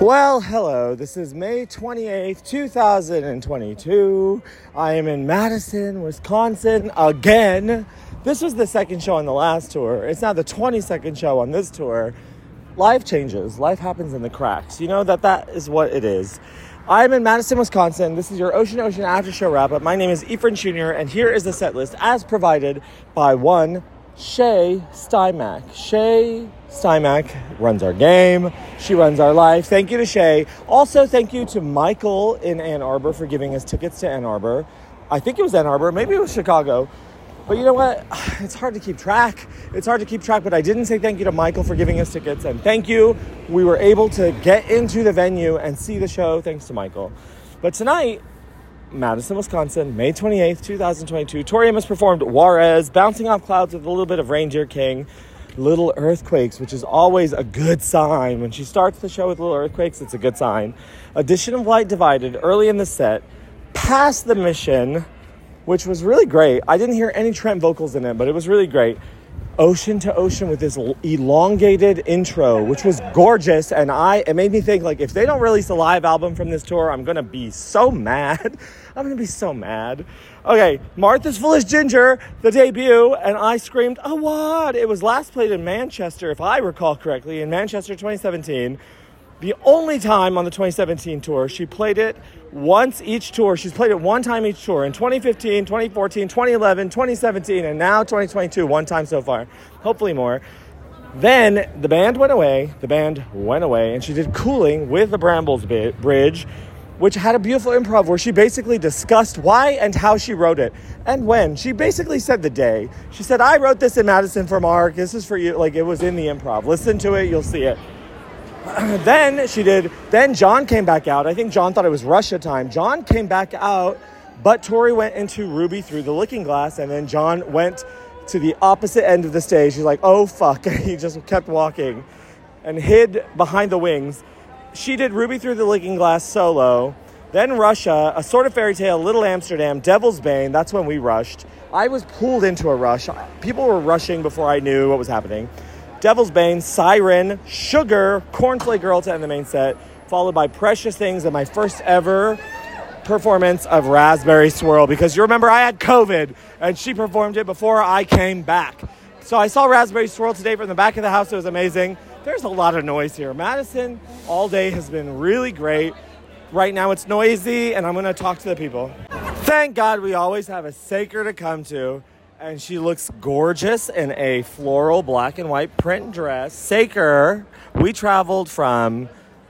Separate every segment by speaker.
Speaker 1: Well, hello. This is May 28th, 2022. I am in Madison, Wisconsin again. This was the second show on the last tour. It's now the 22nd show on this tour. Life changes. Life happens in the cracks. You know that that is what it is. I'm in Madison, Wisconsin. This is your Ocean Ocean After Show wrap up. My name is Ephraim Jr., and here is the set list as provided by one Shay Stymack. Shay Stymack runs our game. She runs our life. Thank you to Shay. Also, thank you to Michael in Ann Arbor for giving us tickets to Ann Arbor. I think it was Ann Arbor, maybe it was Chicago. But you know what? It's hard to keep track. It's hard to keep track, but I didn't say thank you to Michael for giving us tickets. And thank you. We were able to get into the venue and see the show thanks to Michael. But tonight, Madison, Wisconsin, May 28th, 2022. Tori Amos performed Juarez, bouncing off clouds with a little bit of Reindeer King, Little Earthquakes, which is always a good sign. When she starts the show with Little Earthquakes, it's a good sign. Addition of Light Divided early in the set, past the mission, which was really great. I didn't hear any Trent vocals in it, but it was really great. Ocean to Ocean with this l- elongated intro, which was gorgeous, and I it made me think like if they don't release a live album from this tour, I'm gonna be so mad. I'm gonna be so mad. Okay, Martha's Foolish Ginger, the debut, and I screamed, "Oh what!" It was last played in Manchester, if I recall correctly, in Manchester 2017 the only time on the 2017 tour she played it once each tour she's played it one time each tour in 2015 2014 2011 2017 and now 2022 one time so far hopefully more then the band went away the band went away and she did cooling with the brambles Bi- bridge which had a beautiful improv where she basically discussed why and how she wrote it and when. She basically said the day. She said, I wrote this in Madison for Mark. This is for you. Like it was in the improv. Listen to it, you'll see it then she did. Then John came back out. I think John thought it was Russia time. John came back out, but Tori went into Ruby through the looking glass, and then John went to the opposite end of the stage. He's like, "Oh fuck!" And he just kept walking and hid behind the wings. She did Ruby through the looking glass solo. Then Russia, a sort of fairy tale, Little Amsterdam, Devil's Bane. That's when we rushed. I was pulled into a rush. People were rushing before I knew what was happening. Devil's Bane, Siren, Sugar, Cornflake Girl to end the main set, followed by Precious Things and my first ever performance of Raspberry Swirl because you remember I had COVID and she performed it before I came back. So I saw Raspberry Swirl today from the back of the house. It was amazing. There's a lot of noise here. Madison all day has been really great. Right now it's noisy and I'm going to talk to the people. Thank God we always have a sacred to come to. And she looks gorgeous in a floral black and white print dress. Saker, we traveled from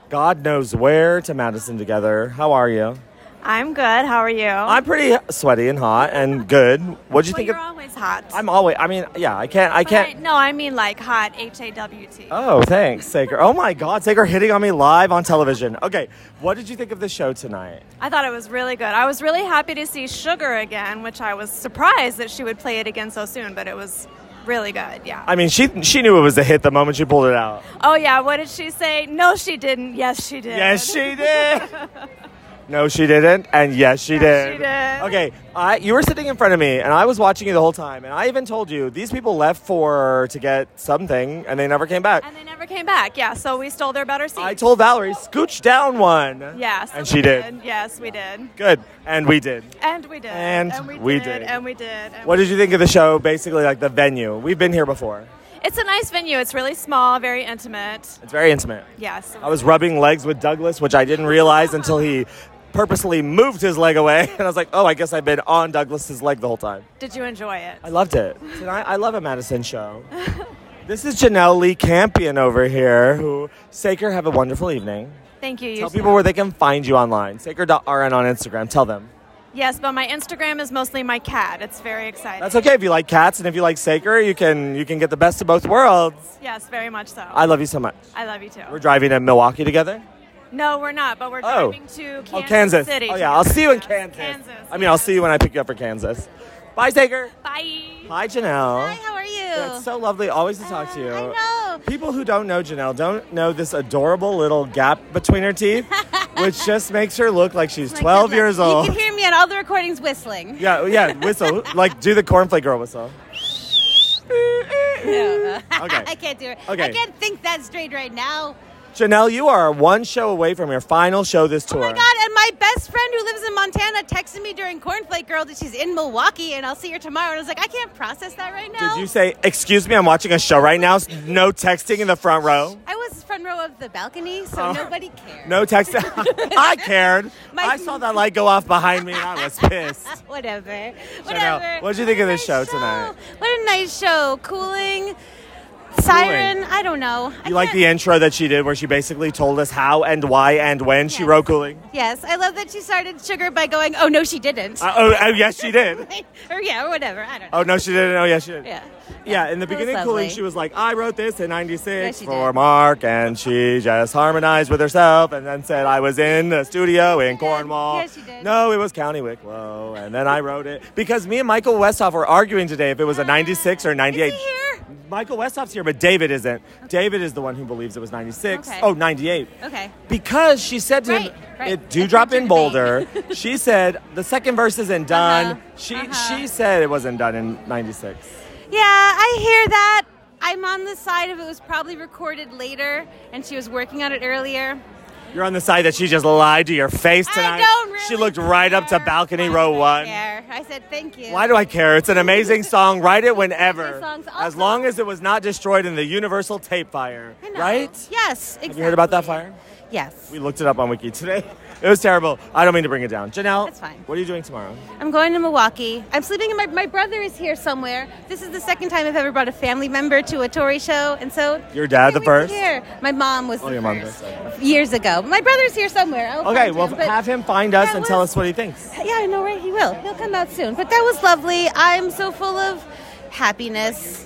Speaker 1: God knows where to Madison together. How are you?
Speaker 2: I'm good. How are you?
Speaker 1: I'm pretty sweaty and hot and good. What'd you
Speaker 2: well,
Speaker 1: think?
Speaker 2: you're
Speaker 1: Of,
Speaker 2: always hot.
Speaker 1: I'm always. I mean, yeah. I can't. I
Speaker 2: But
Speaker 1: can't.
Speaker 2: no, I mean like hot. H A W T.
Speaker 1: Oh, thanks, Saker. Oh my God, Saker hitting on me live on television. Okay, what did you think of the show tonight?
Speaker 2: I thought it was really good. I was really happy to see Sugar again, which I was surprised that she would play it again so soon, but it was really good. Yeah.
Speaker 1: I mean, she she knew it was a hit the moment she pulled it out.
Speaker 2: oh yeah. What did she say? No, she didn't. Yes, she did.
Speaker 1: Yes, she did. No, she didn't, and yes, she
Speaker 2: Yes,
Speaker 1: did.
Speaker 2: she did.
Speaker 1: Okay, I, you were sitting in front of me, and I was watching you the whole time, and I even told you these people left for to get something, and they never came back.
Speaker 2: And they never came back. Yeah. So we stole their better seats.
Speaker 1: I told Valerie, scooch down one.
Speaker 2: Yes.
Speaker 1: and she did.
Speaker 2: Yes, we did.
Speaker 1: Good, and we did.
Speaker 2: And we did.
Speaker 1: And
Speaker 2: we,
Speaker 1: we
Speaker 2: did.
Speaker 1: did.
Speaker 2: And we did. And
Speaker 1: What did you think of the show? Basically, like the venue. We've been here before.
Speaker 2: It's a nice venue. It's really small, very intimate.
Speaker 1: It's very intimate.
Speaker 2: Yes.
Speaker 1: I was rubbing legs with Douglas, which I didn't realize until he purposely moved his leg away, and I was like, oh, I guess I've been on Douglas's leg the whole time.
Speaker 2: Did you enjoy it?
Speaker 1: I loved it. Tonight, I love a Madison show. This is Janelle Lee Campion over here, who Saker, have a wonderful evening.
Speaker 2: Thank you. you
Speaker 1: Tell
Speaker 2: too.
Speaker 1: people where they can find you online. Saker.rn on Instagram. Tell them.
Speaker 2: Yes, but my Instagram is mostly my cat. It's very exciting.
Speaker 1: That's okay if you like cats and if you like Saker, you can you can get the best of both worlds.
Speaker 2: yes, very much so. I,
Speaker 1: I love you so much.
Speaker 2: love you too.
Speaker 1: We're driving to Milwaukee together.
Speaker 2: no, we're not, but we're
Speaker 1: Oh.
Speaker 2: driving to Kansas,
Speaker 1: oh, Kansas.
Speaker 2: City.
Speaker 1: oh yeah, I'll see you in
Speaker 2: Yes,
Speaker 1: Kansas.
Speaker 2: Kansas.
Speaker 1: I mean, I'll see you when I pick you up for Kansas. Bye, Saker.
Speaker 2: Bye.
Speaker 1: Hi, Janelle.
Speaker 3: Hi, how are you? Oh,
Speaker 1: That's so lovely. Always to talk to you.
Speaker 3: I know.
Speaker 1: People who don't know Janelle don't know this adorable little gap between her teeth, which just makes her look like she's
Speaker 3: My
Speaker 1: 12
Speaker 3: goodness.
Speaker 1: years old.
Speaker 3: You can hear me on all the recordings whistling.
Speaker 1: yeah, yeah, whistle. like, do the cornflake girl whistle.
Speaker 3: No.
Speaker 1: Okay.
Speaker 3: I can't do it.
Speaker 1: Okay.
Speaker 3: I can't think that straight right now.
Speaker 1: Janelle, you are one show away from your final show this tour.
Speaker 3: Oh my god! And my best friend who lives in Montana texted me during Cornflake Girl that she's in Milwaukee and I'll see her tomorrow. And I was like, I can't process that right now.
Speaker 1: Did you say, excuse me, I'm watching a show right now? No texting in the front row.
Speaker 3: I was front row of the balcony, so
Speaker 1: Oh.
Speaker 3: nobody cared.
Speaker 1: No texting. I cared.
Speaker 3: My-
Speaker 1: I saw that light go off behind me and I was pissed.
Speaker 3: Whatever. Whatever.
Speaker 1: what'd you think of
Speaker 3: What a
Speaker 1: this
Speaker 3: nice
Speaker 1: show tonight?
Speaker 3: What a nice show. Cooling. Siren. I don't know. I
Speaker 1: You like
Speaker 3: can't-
Speaker 1: the intro that she did where she basically told us how and why and when she
Speaker 3: Yes.
Speaker 1: wrote Cooling?
Speaker 3: Yes, I love that she started sugar by going, "Oh no, she didn't."
Speaker 1: Uh, oh, oh, yes, she did.
Speaker 3: or yeah, or whatever. I don't know.
Speaker 1: Oh, no, she didn't. Oh, yes, she did.
Speaker 3: Yeah.
Speaker 1: Yeah, in the
Speaker 3: That was
Speaker 1: beginning, Cooling,
Speaker 3: lovely.
Speaker 1: she was like, I wrote this in 96
Speaker 3: Yeah, she
Speaker 1: for
Speaker 3: did.
Speaker 1: Mark, and she just harmonized with herself and then said, I was in the studio in
Speaker 3: did.
Speaker 1: Cornwall.
Speaker 3: Yeah, she did.
Speaker 1: No, it was County Wicklow, and then I wrote it. Because me and Michael Westhoff were arguing today if it was a 96 or 98.
Speaker 3: Ah, Is he here?
Speaker 1: Michael Westhoff's here, but David isn't. David is the one who believes it was 96.
Speaker 3: Okay.
Speaker 1: Oh, 98.
Speaker 3: Okay.
Speaker 1: Because she said to him,
Speaker 3: Right, right.
Speaker 1: it
Speaker 3: That's
Speaker 1: "Dewdrop
Speaker 3: what you
Speaker 1: in
Speaker 3: debate.
Speaker 1: Boulder." she said the second verse isn't done.
Speaker 3: Uh-huh,
Speaker 1: She
Speaker 3: uh-huh.
Speaker 1: she said it wasn't done in '96.
Speaker 3: Yeah, I hear that. I'm on the side of it was probably recorded later, and she was working on it earlier.
Speaker 1: You're on the side that she just lied to your face tonight.
Speaker 3: I don't really.
Speaker 1: she looked right up to
Speaker 3: care.
Speaker 1: balcony
Speaker 3: I
Speaker 1: row
Speaker 3: don't
Speaker 1: one.
Speaker 3: care. I said thank you.
Speaker 1: Why do I care? It's an amazing song. Write it whenever,
Speaker 3: Lovely songs.
Speaker 1: as
Speaker 3: Also-
Speaker 1: long as it was not destroyed in the Universal tape fire,
Speaker 3: I know.
Speaker 1: right?
Speaker 3: Yes. Exactly.
Speaker 1: Have you heard about that fire?
Speaker 3: Yes.
Speaker 1: We looked it up on Wiki today. It was terrible. I don't mean to bring it down. Janelle,
Speaker 3: That's fine.
Speaker 1: What are you doing tomorrow?
Speaker 3: I'm going to Milwaukee. I'm sleeping in my my brother is here somewhere. This is the second time I've ever brought a family member to a Tory show, and so
Speaker 1: Your dad the
Speaker 3: Hey, we're
Speaker 1: first?
Speaker 3: Here, my mom was.
Speaker 1: Oh,
Speaker 3: the
Speaker 1: your mom
Speaker 3: first.
Speaker 1: was,
Speaker 3: Years ago, my brother's here somewhere. I'll
Speaker 1: Okay,
Speaker 3: find
Speaker 1: well,
Speaker 3: him, but-
Speaker 1: have him find us
Speaker 3: that
Speaker 1: and tell
Speaker 3: was-
Speaker 1: us what he thinks.
Speaker 3: Yeah, I know, right? He will. He'll come out soon. But that was lovely. I'm so full of happiness.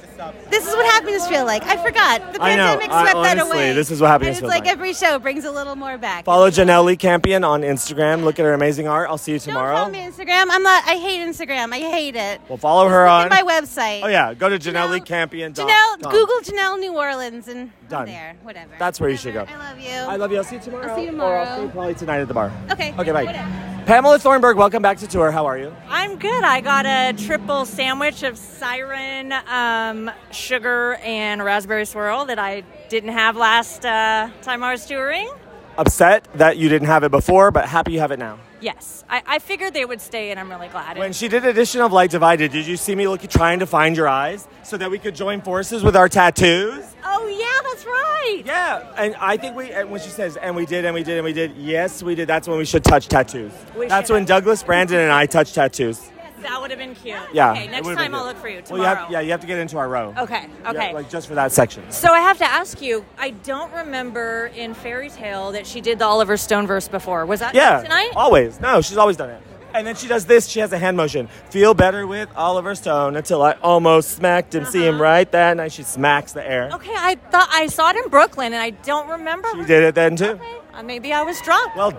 Speaker 3: This is what happiness feels like. I forgot. The
Speaker 1: I know.
Speaker 3: pandemic
Speaker 1: I-
Speaker 3: swept that
Speaker 1: honestly,
Speaker 3: away.
Speaker 1: this is what happiness
Speaker 3: and
Speaker 1: feels
Speaker 3: it's like.
Speaker 1: like.
Speaker 3: every show brings a little more back.
Speaker 1: Follow Janelle Lee Campion on Instagram. Look at her amazing art. I'll see you
Speaker 3: Don't
Speaker 1: tomorrow.
Speaker 3: follow me on Instagram. I'm not. I hate Instagram. I hate it.
Speaker 1: We'll follow her
Speaker 3: Look
Speaker 1: on.
Speaker 3: at my website.
Speaker 1: oh yeah, go to Janelle Lee
Speaker 3: Janelle-
Speaker 1: Campion. dot
Speaker 3: Janelle,
Speaker 1: com.
Speaker 3: Google Janelle New Orleans and I'm
Speaker 1: Done.
Speaker 3: there. Whatever.
Speaker 1: That's where you should
Speaker 3: Whatever.
Speaker 1: go.
Speaker 3: I love you.
Speaker 1: I love you. I'll see you tomorrow.
Speaker 3: I'll see you
Speaker 1: Or I'll
Speaker 3: tomorrow.
Speaker 1: see you probably tonight at the bar.
Speaker 3: Okay.
Speaker 1: Okay, bye.
Speaker 3: Whatever.
Speaker 1: Pamela Thornburg, welcome back to tour. How are you?
Speaker 4: I'm good. I got a triple sandwich of siren, um, sugar, and raspberry swirl that I didn't have last uh, time I was touring.
Speaker 1: Upset that you didn't have it before, but happy you have it now.
Speaker 4: Yes, I, I figured they would stay, and I'm really glad.
Speaker 1: When she did Edition of Light Divided, did you see me looking, trying to find your eyes so that we could join forces with our tattoos?
Speaker 4: oh yeah, that's right.
Speaker 1: Yeah, and I think we, and when she says, and we did, and we did, and we did, yes, we did, that's when we should touch tattoos.
Speaker 4: We
Speaker 1: that's
Speaker 4: should.
Speaker 1: when Douglas, Brandon, and I touch tattoos.
Speaker 4: That would have been cute.
Speaker 1: Yeah.
Speaker 4: Okay,
Speaker 1: it
Speaker 4: next
Speaker 1: would've been
Speaker 4: time I'll
Speaker 1: good.
Speaker 4: look for you
Speaker 1: Well,
Speaker 4: tomorrow.
Speaker 1: you have, yeah, you have to get into our row.
Speaker 4: Okay.
Speaker 1: Yeah,
Speaker 4: Okay.
Speaker 1: like just for that section.
Speaker 4: so I have to ask you. I don't remember in Fairy Tale that she did the Oliver Stone verse before. Was that
Speaker 1: Yeah.
Speaker 4: tonight?
Speaker 1: Always. No, she's always done it. And then she does this. She has a hand motion. Feel better with Oliver Stone until I almost smacked him. See him right that night. She smacks the air.
Speaker 4: Uh-huh. Okay, I thought I saw it in Brooklyn, and I don't remember.
Speaker 1: She did it then too.
Speaker 4: Uh, Maybe I was drunk.
Speaker 1: Well,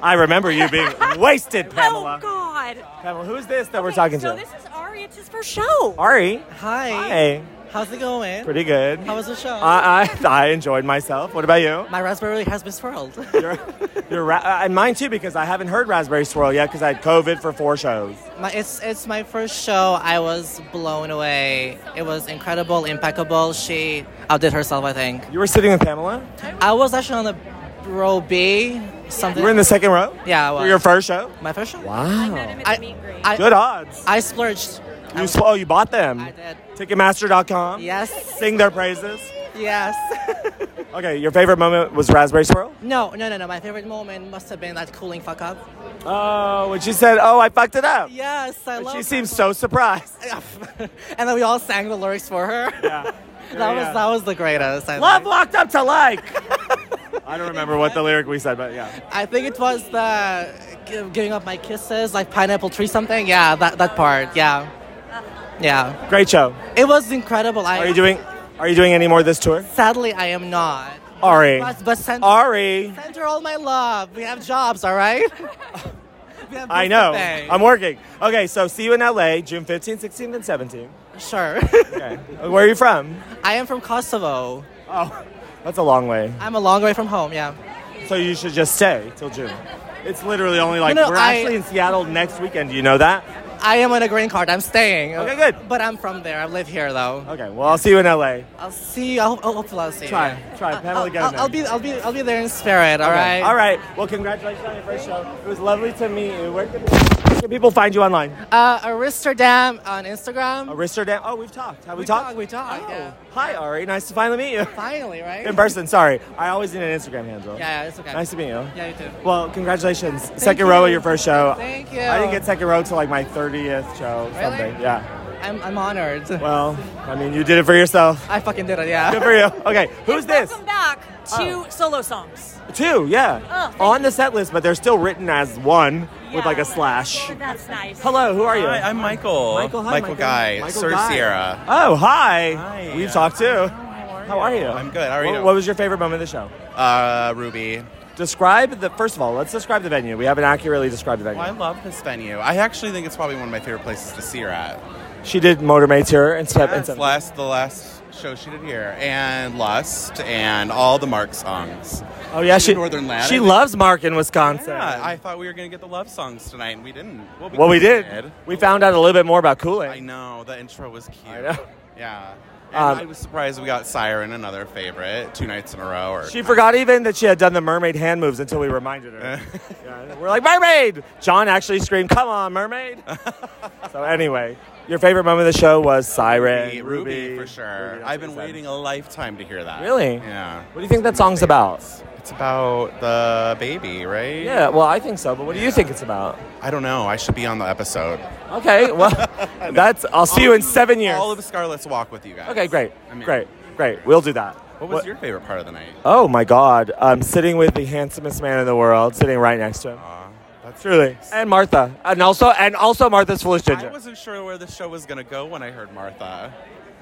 Speaker 1: I remember you being wasted, Pamela.
Speaker 4: Oh God!
Speaker 1: Pamela, who is this that we're talking
Speaker 4: so
Speaker 1: to?
Speaker 4: this is Ari. It's his first show.
Speaker 1: Ari.
Speaker 5: Hi.
Speaker 1: Hey.
Speaker 5: How's it going?
Speaker 1: Pretty good.
Speaker 5: How was the show?
Speaker 1: I, I I enjoyed myself. What about you?
Speaker 5: My raspberry has been swirled.
Speaker 1: Your, your ra- uh, and mine too because I haven't heard Raspberry Swirl yet because I had COVID for four shows.
Speaker 5: my, it's it's my first show. I was blown away. It was incredible, impeccable. She outdid herself, I think.
Speaker 1: You were sitting with Pamela.
Speaker 5: I was actually on the row B. Something.
Speaker 1: You were in the second row.
Speaker 5: Yeah, I
Speaker 1: For
Speaker 5: was.
Speaker 1: your first show.
Speaker 5: my first show.
Speaker 1: Wow.
Speaker 5: I, I,
Speaker 1: Good odds.
Speaker 5: I splurged. I
Speaker 1: You
Speaker 5: was-
Speaker 1: sw- oh, you bought them.
Speaker 5: I did.
Speaker 1: Ticketmaster.com.
Speaker 5: Yes.
Speaker 1: Sing their praises.
Speaker 5: Yes.
Speaker 1: Okay, your favorite moment was Raspberry Swirl.
Speaker 5: no, no, no, no. My favorite moment must have been that cooling fuck up.
Speaker 1: Oh, when she said, "Oh, I fucked it up."
Speaker 5: Yes, I
Speaker 1: But
Speaker 5: love.
Speaker 1: she seems so surprised.
Speaker 5: and then we all sang the lyrics for her.
Speaker 1: Yeah.
Speaker 5: that was that was the greatest. I
Speaker 1: Love
Speaker 5: think.
Speaker 1: locked up to like. I don't remember what the lyric we said, but yeah.
Speaker 5: I think it was the gi- giving up my kisses, like pineapple tree something. Yeah, that, that part. Yeah, yeah.
Speaker 1: Great show.
Speaker 5: It was incredible. I
Speaker 1: Are you doing? Are you doing any more this tour?
Speaker 5: Sadly, I am not.
Speaker 1: Ari.
Speaker 5: But, but send,
Speaker 1: Ari.
Speaker 5: send her all my love. We have jobs, all right. We have
Speaker 1: I
Speaker 5: bills to
Speaker 1: know.
Speaker 5: pay.
Speaker 1: I'm working. Okay, so see you in LA, June 15th, 16th, and 17th.
Speaker 5: sure.
Speaker 1: Okay. Where are you from?
Speaker 5: I am from Kosovo.
Speaker 1: Oh, that's a long way.
Speaker 5: I'm a long way from home. Yeah.
Speaker 1: So you should just stay till June. It's literally only like
Speaker 5: No, no,
Speaker 1: we're
Speaker 5: I-
Speaker 1: actually in Seattle next weekend. Do you know that?
Speaker 5: I am on a green card. I'm staying.
Speaker 1: Okay, good.
Speaker 5: But I'm from there. I live here though.
Speaker 1: Okay, well, I'll see you in LA.
Speaker 5: I'll see. I'll, I'll hopefully I'll see.
Speaker 1: Try,
Speaker 5: you.
Speaker 1: try. Pamela,
Speaker 5: I'll,
Speaker 1: get in
Speaker 5: I'll,
Speaker 1: there.
Speaker 5: I'll be. I'll be. I'll be there in spirit. All right.
Speaker 1: All right. Well, congratulations on your first show. It was lovely to meet you. Where can, where can people find you online?
Speaker 5: Uh, Aristerdam on Instagram.
Speaker 1: Aristerdam. Oh, we've talked. Have we,
Speaker 5: We
Speaker 1: talked?
Speaker 5: talked, we talked,
Speaker 1: Oh.
Speaker 5: yeah.
Speaker 1: Hi, Ari. Nice to finally meet you.
Speaker 5: Finally, right?
Speaker 1: In person. Sorry. I always need an Instagram handle.
Speaker 5: Yeah, yeah, it's okay.
Speaker 1: Nice to meet you.
Speaker 5: Yeah, you too.
Speaker 1: Well, congratulations. second row of
Speaker 5: you.
Speaker 1: your first show.
Speaker 5: Thank you.
Speaker 1: I didn't get second row till like my 30th show.
Speaker 5: Really?
Speaker 1: Something. Yeah.
Speaker 5: I'm, I'm honored.
Speaker 1: Well, I mean, you did it for yourself.
Speaker 5: I fucking did it.
Speaker 1: Good
Speaker 5: Yeah.
Speaker 1: for you. Okay. Who's this?
Speaker 4: Welcome back to solo songs.
Speaker 1: Two. Yeah.
Speaker 4: Oh, thank
Speaker 1: On the set list, but they're still written as one with
Speaker 4: Yeah.
Speaker 1: like a slash.
Speaker 4: That's nice.
Speaker 1: Hello. Who are you?
Speaker 6: Hi, I'm Michael.
Speaker 1: Michael, hi, Michael.
Speaker 6: Guy,
Speaker 1: Michael
Speaker 6: Sir
Speaker 1: Guy.
Speaker 6: Sierra.
Speaker 1: Oh, hi.
Speaker 6: Hi.
Speaker 1: We've talked too.
Speaker 6: are
Speaker 1: How are you?
Speaker 6: I'm good. How are
Speaker 1: What-
Speaker 6: you?
Speaker 1: What was your favorite moment of the show?
Speaker 6: Uh, Ruby.
Speaker 1: Describe the first of all. Let's describe the venue. We haven't accurately described the venue.
Speaker 6: Well, I love this venue. I actually think it's probably one of my favorite places to see her at.
Speaker 1: She did Motormaid's here and step and
Speaker 6: That's
Speaker 1: Step-
Speaker 6: last the last show she did here, and Lust, and all the Mark songs.
Speaker 1: Oh yeah,
Speaker 6: She's
Speaker 1: she
Speaker 6: a Northern lad.
Speaker 1: She
Speaker 6: I think-
Speaker 1: loves Mark in Wisconsin.
Speaker 6: Yeah, I thought we were gonna get the love songs tonight, and we didn't. Well, we,
Speaker 1: well, we
Speaker 6: kinda
Speaker 1: did. We found out a little bit more about Kool-Aid.
Speaker 6: I know the intro was cute.
Speaker 1: I know.
Speaker 6: Yeah. And
Speaker 1: Um,
Speaker 6: I was surprised we got Siren, another favorite, two nights in a row. Or
Speaker 1: She forgot even that she had done the mermaid hand moves until we reminded her. Yeah, we're like, mermaid! John actually screamed, come on, mermaid! so, anyway, your favorite moment of the show was Siren.
Speaker 6: Ruby, Ruby, for
Speaker 1: Ruby,
Speaker 6: sure.
Speaker 1: that's
Speaker 6: I've
Speaker 1: what
Speaker 6: been
Speaker 1: you said.
Speaker 6: waiting a lifetime to hear that.
Speaker 1: Really?
Speaker 6: Yeah.
Speaker 1: What do you think that song's about?
Speaker 6: It's about the baby, right?
Speaker 1: Yeah, well, I think so, but what do you think it's about?
Speaker 6: I don't know. I should be on the episode.
Speaker 1: Okay, well, that's. I'll see you in seven years.
Speaker 6: All of Scarlet's walk with you guys.
Speaker 1: okay, great,
Speaker 6: I'm in.
Speaker 1: great, great. We'll do that.
Speaker 6: What was your favorite part of the night?
Speaker 1: Oh my God! I'm sitting with the handsomest man in the world, sitting right next to him.
Speaker 6: Aw, that's
Speaker 1: Truly,
Speaker 6: nice.
Speaker 1: and Martha, and also, and also Martha's foolish
Speaker 6: I
Speaker 1: ginger.
Speaker 6: wasn't sure where the show was gonna go when I heard Martha.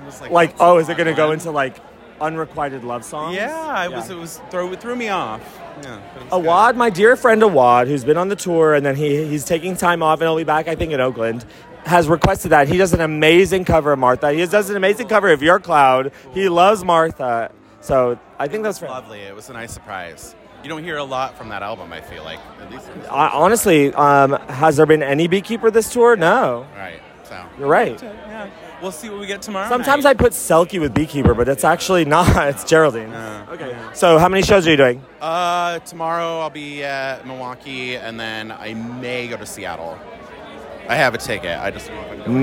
Speaker 6: I was like,
Speaker 1: like,
Speaker 6: that's
Speaker 1: oh,
Speaker 6: an
Speaker 1: is it
Speaker 6: odd
Speaker 1: gonna go
Speaker 6: one.
Speaker 1: into like unrequited love songs?
Speaker 6: Yeah, it was. It was throw it threw me off. Yeah. but it was good.
Speaker 1: Awad, my dear friend Awad, who's been on the tour and then he, he's taking time off and he'll be back, I think, in Oakland, has requested that. He does an amazing cover of Martha. He does an amazing cover of Your Cloud. He loves Martha. So I think that's
Speaker 6: It was lovely. It was a nice surprise. You don't hear a lot from that album. I feel like at least.
Speaker 1: I, honestly, um, has there been any beekeeper this tour? No.
Speaker 6: All right. So.
Speaker 1: You're right.
Speaker 6: Yeah. We'll see what we get tomorrow.
Speaker 1: Sometimes I put Selkie with beekeeper, but it's actually not. It's Geraldine.
Speaker 6: Yeah.
Speaker 1: Okay. So how many shows are you doing?
Speaker 6: Uh, tomorrow I'll be at Milwaukee, and then I may go to Seattle. I have a ticket. I just don't know if I'm going.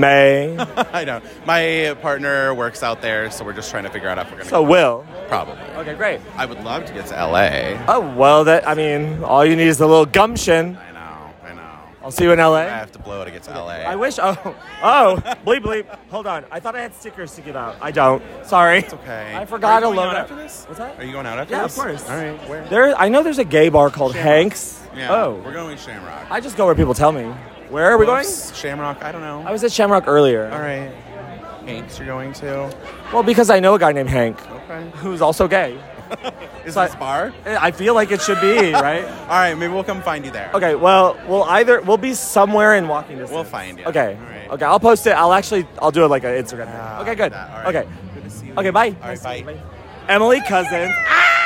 Speaker 1: May.
Speaker 6: I know my partner works out there, so we're just trying to figure out if we're gonna.
Speaker 1: so
Speaker 6: go.
Speaker 1: Will.
Speaker 6: probably.
Speaker 1: Okay, great.
Speaker 6: I would love to get to LA.
Speaker 1: Oh well, that I mean, all you need is a little gumption.
Speaker 6: I know. I know.
Speaker 1: I'll see you in LA.
Speaker 6: I have to blow to get to LA.
Speaker 1: I wish. Oh, oh, bleep bleep. Hold on. I thought I had stickers to give out. I don't. Sorry. It's
Speaker 6: Okay.
Speaker 1: I forgot
Speaker 6: Are
Speaker 1: a
Speaker 6: you going out
Speaker 1: load up.
Speaker 6: after this.
Speaker 1: What's that?
Speaker 6: Are you going out after
Speaker 1: Yeah, of
Speaker 6: this?
Speaker 1: course.
Speaker 6: All right. Where?
Speaker 1: There. I know there's a gay bar called
Speaker 6: Shamrock.
Speaker 1: Hanks.
Speaker 6: Yeah. We're
Speaker 1: oh.
Speaker 6: going to Shamrock.
Speaker 1: I just go where people tell me. Where are we going?
Speaker 6: Whoops, Shamrock. I don't know.
Speaker 1: I was at Shamrock earlier.
Speaker 6: All right. Hanks, you're going to.
Speaker 1: Well, because I know a guy named Hank
Speaker 6: Okay.
Speaker 1: who's also gay.
Speaker 6: Is
Speaker 1: So-
Speaker 6: this bar?
Speaker 1: I I feel like it should be right.
Speaker 6: All right. Maybe we'll come find you there.
Speaker 1: Okay. Well, we'll either we'll be somewhere in walking distance.
Speaker 6: We'll find you.
Speaker 1: Okay.
Speaker 6: All right.
Speaker 1: Okay. I'll post it. I'll actually I'll do it like an Instagram. thing.
Speaker 6: Ah,
Speaker 1: okay. Good.
Speaker 6: that. All right.
Speaker 1: Okay.
Speaker 6: Good to see you.
Speaker 1: Okay, bye.
Speaker 6: All right, bye.
Speaker 1: Emily Cousins.
Speaker 7: Ah!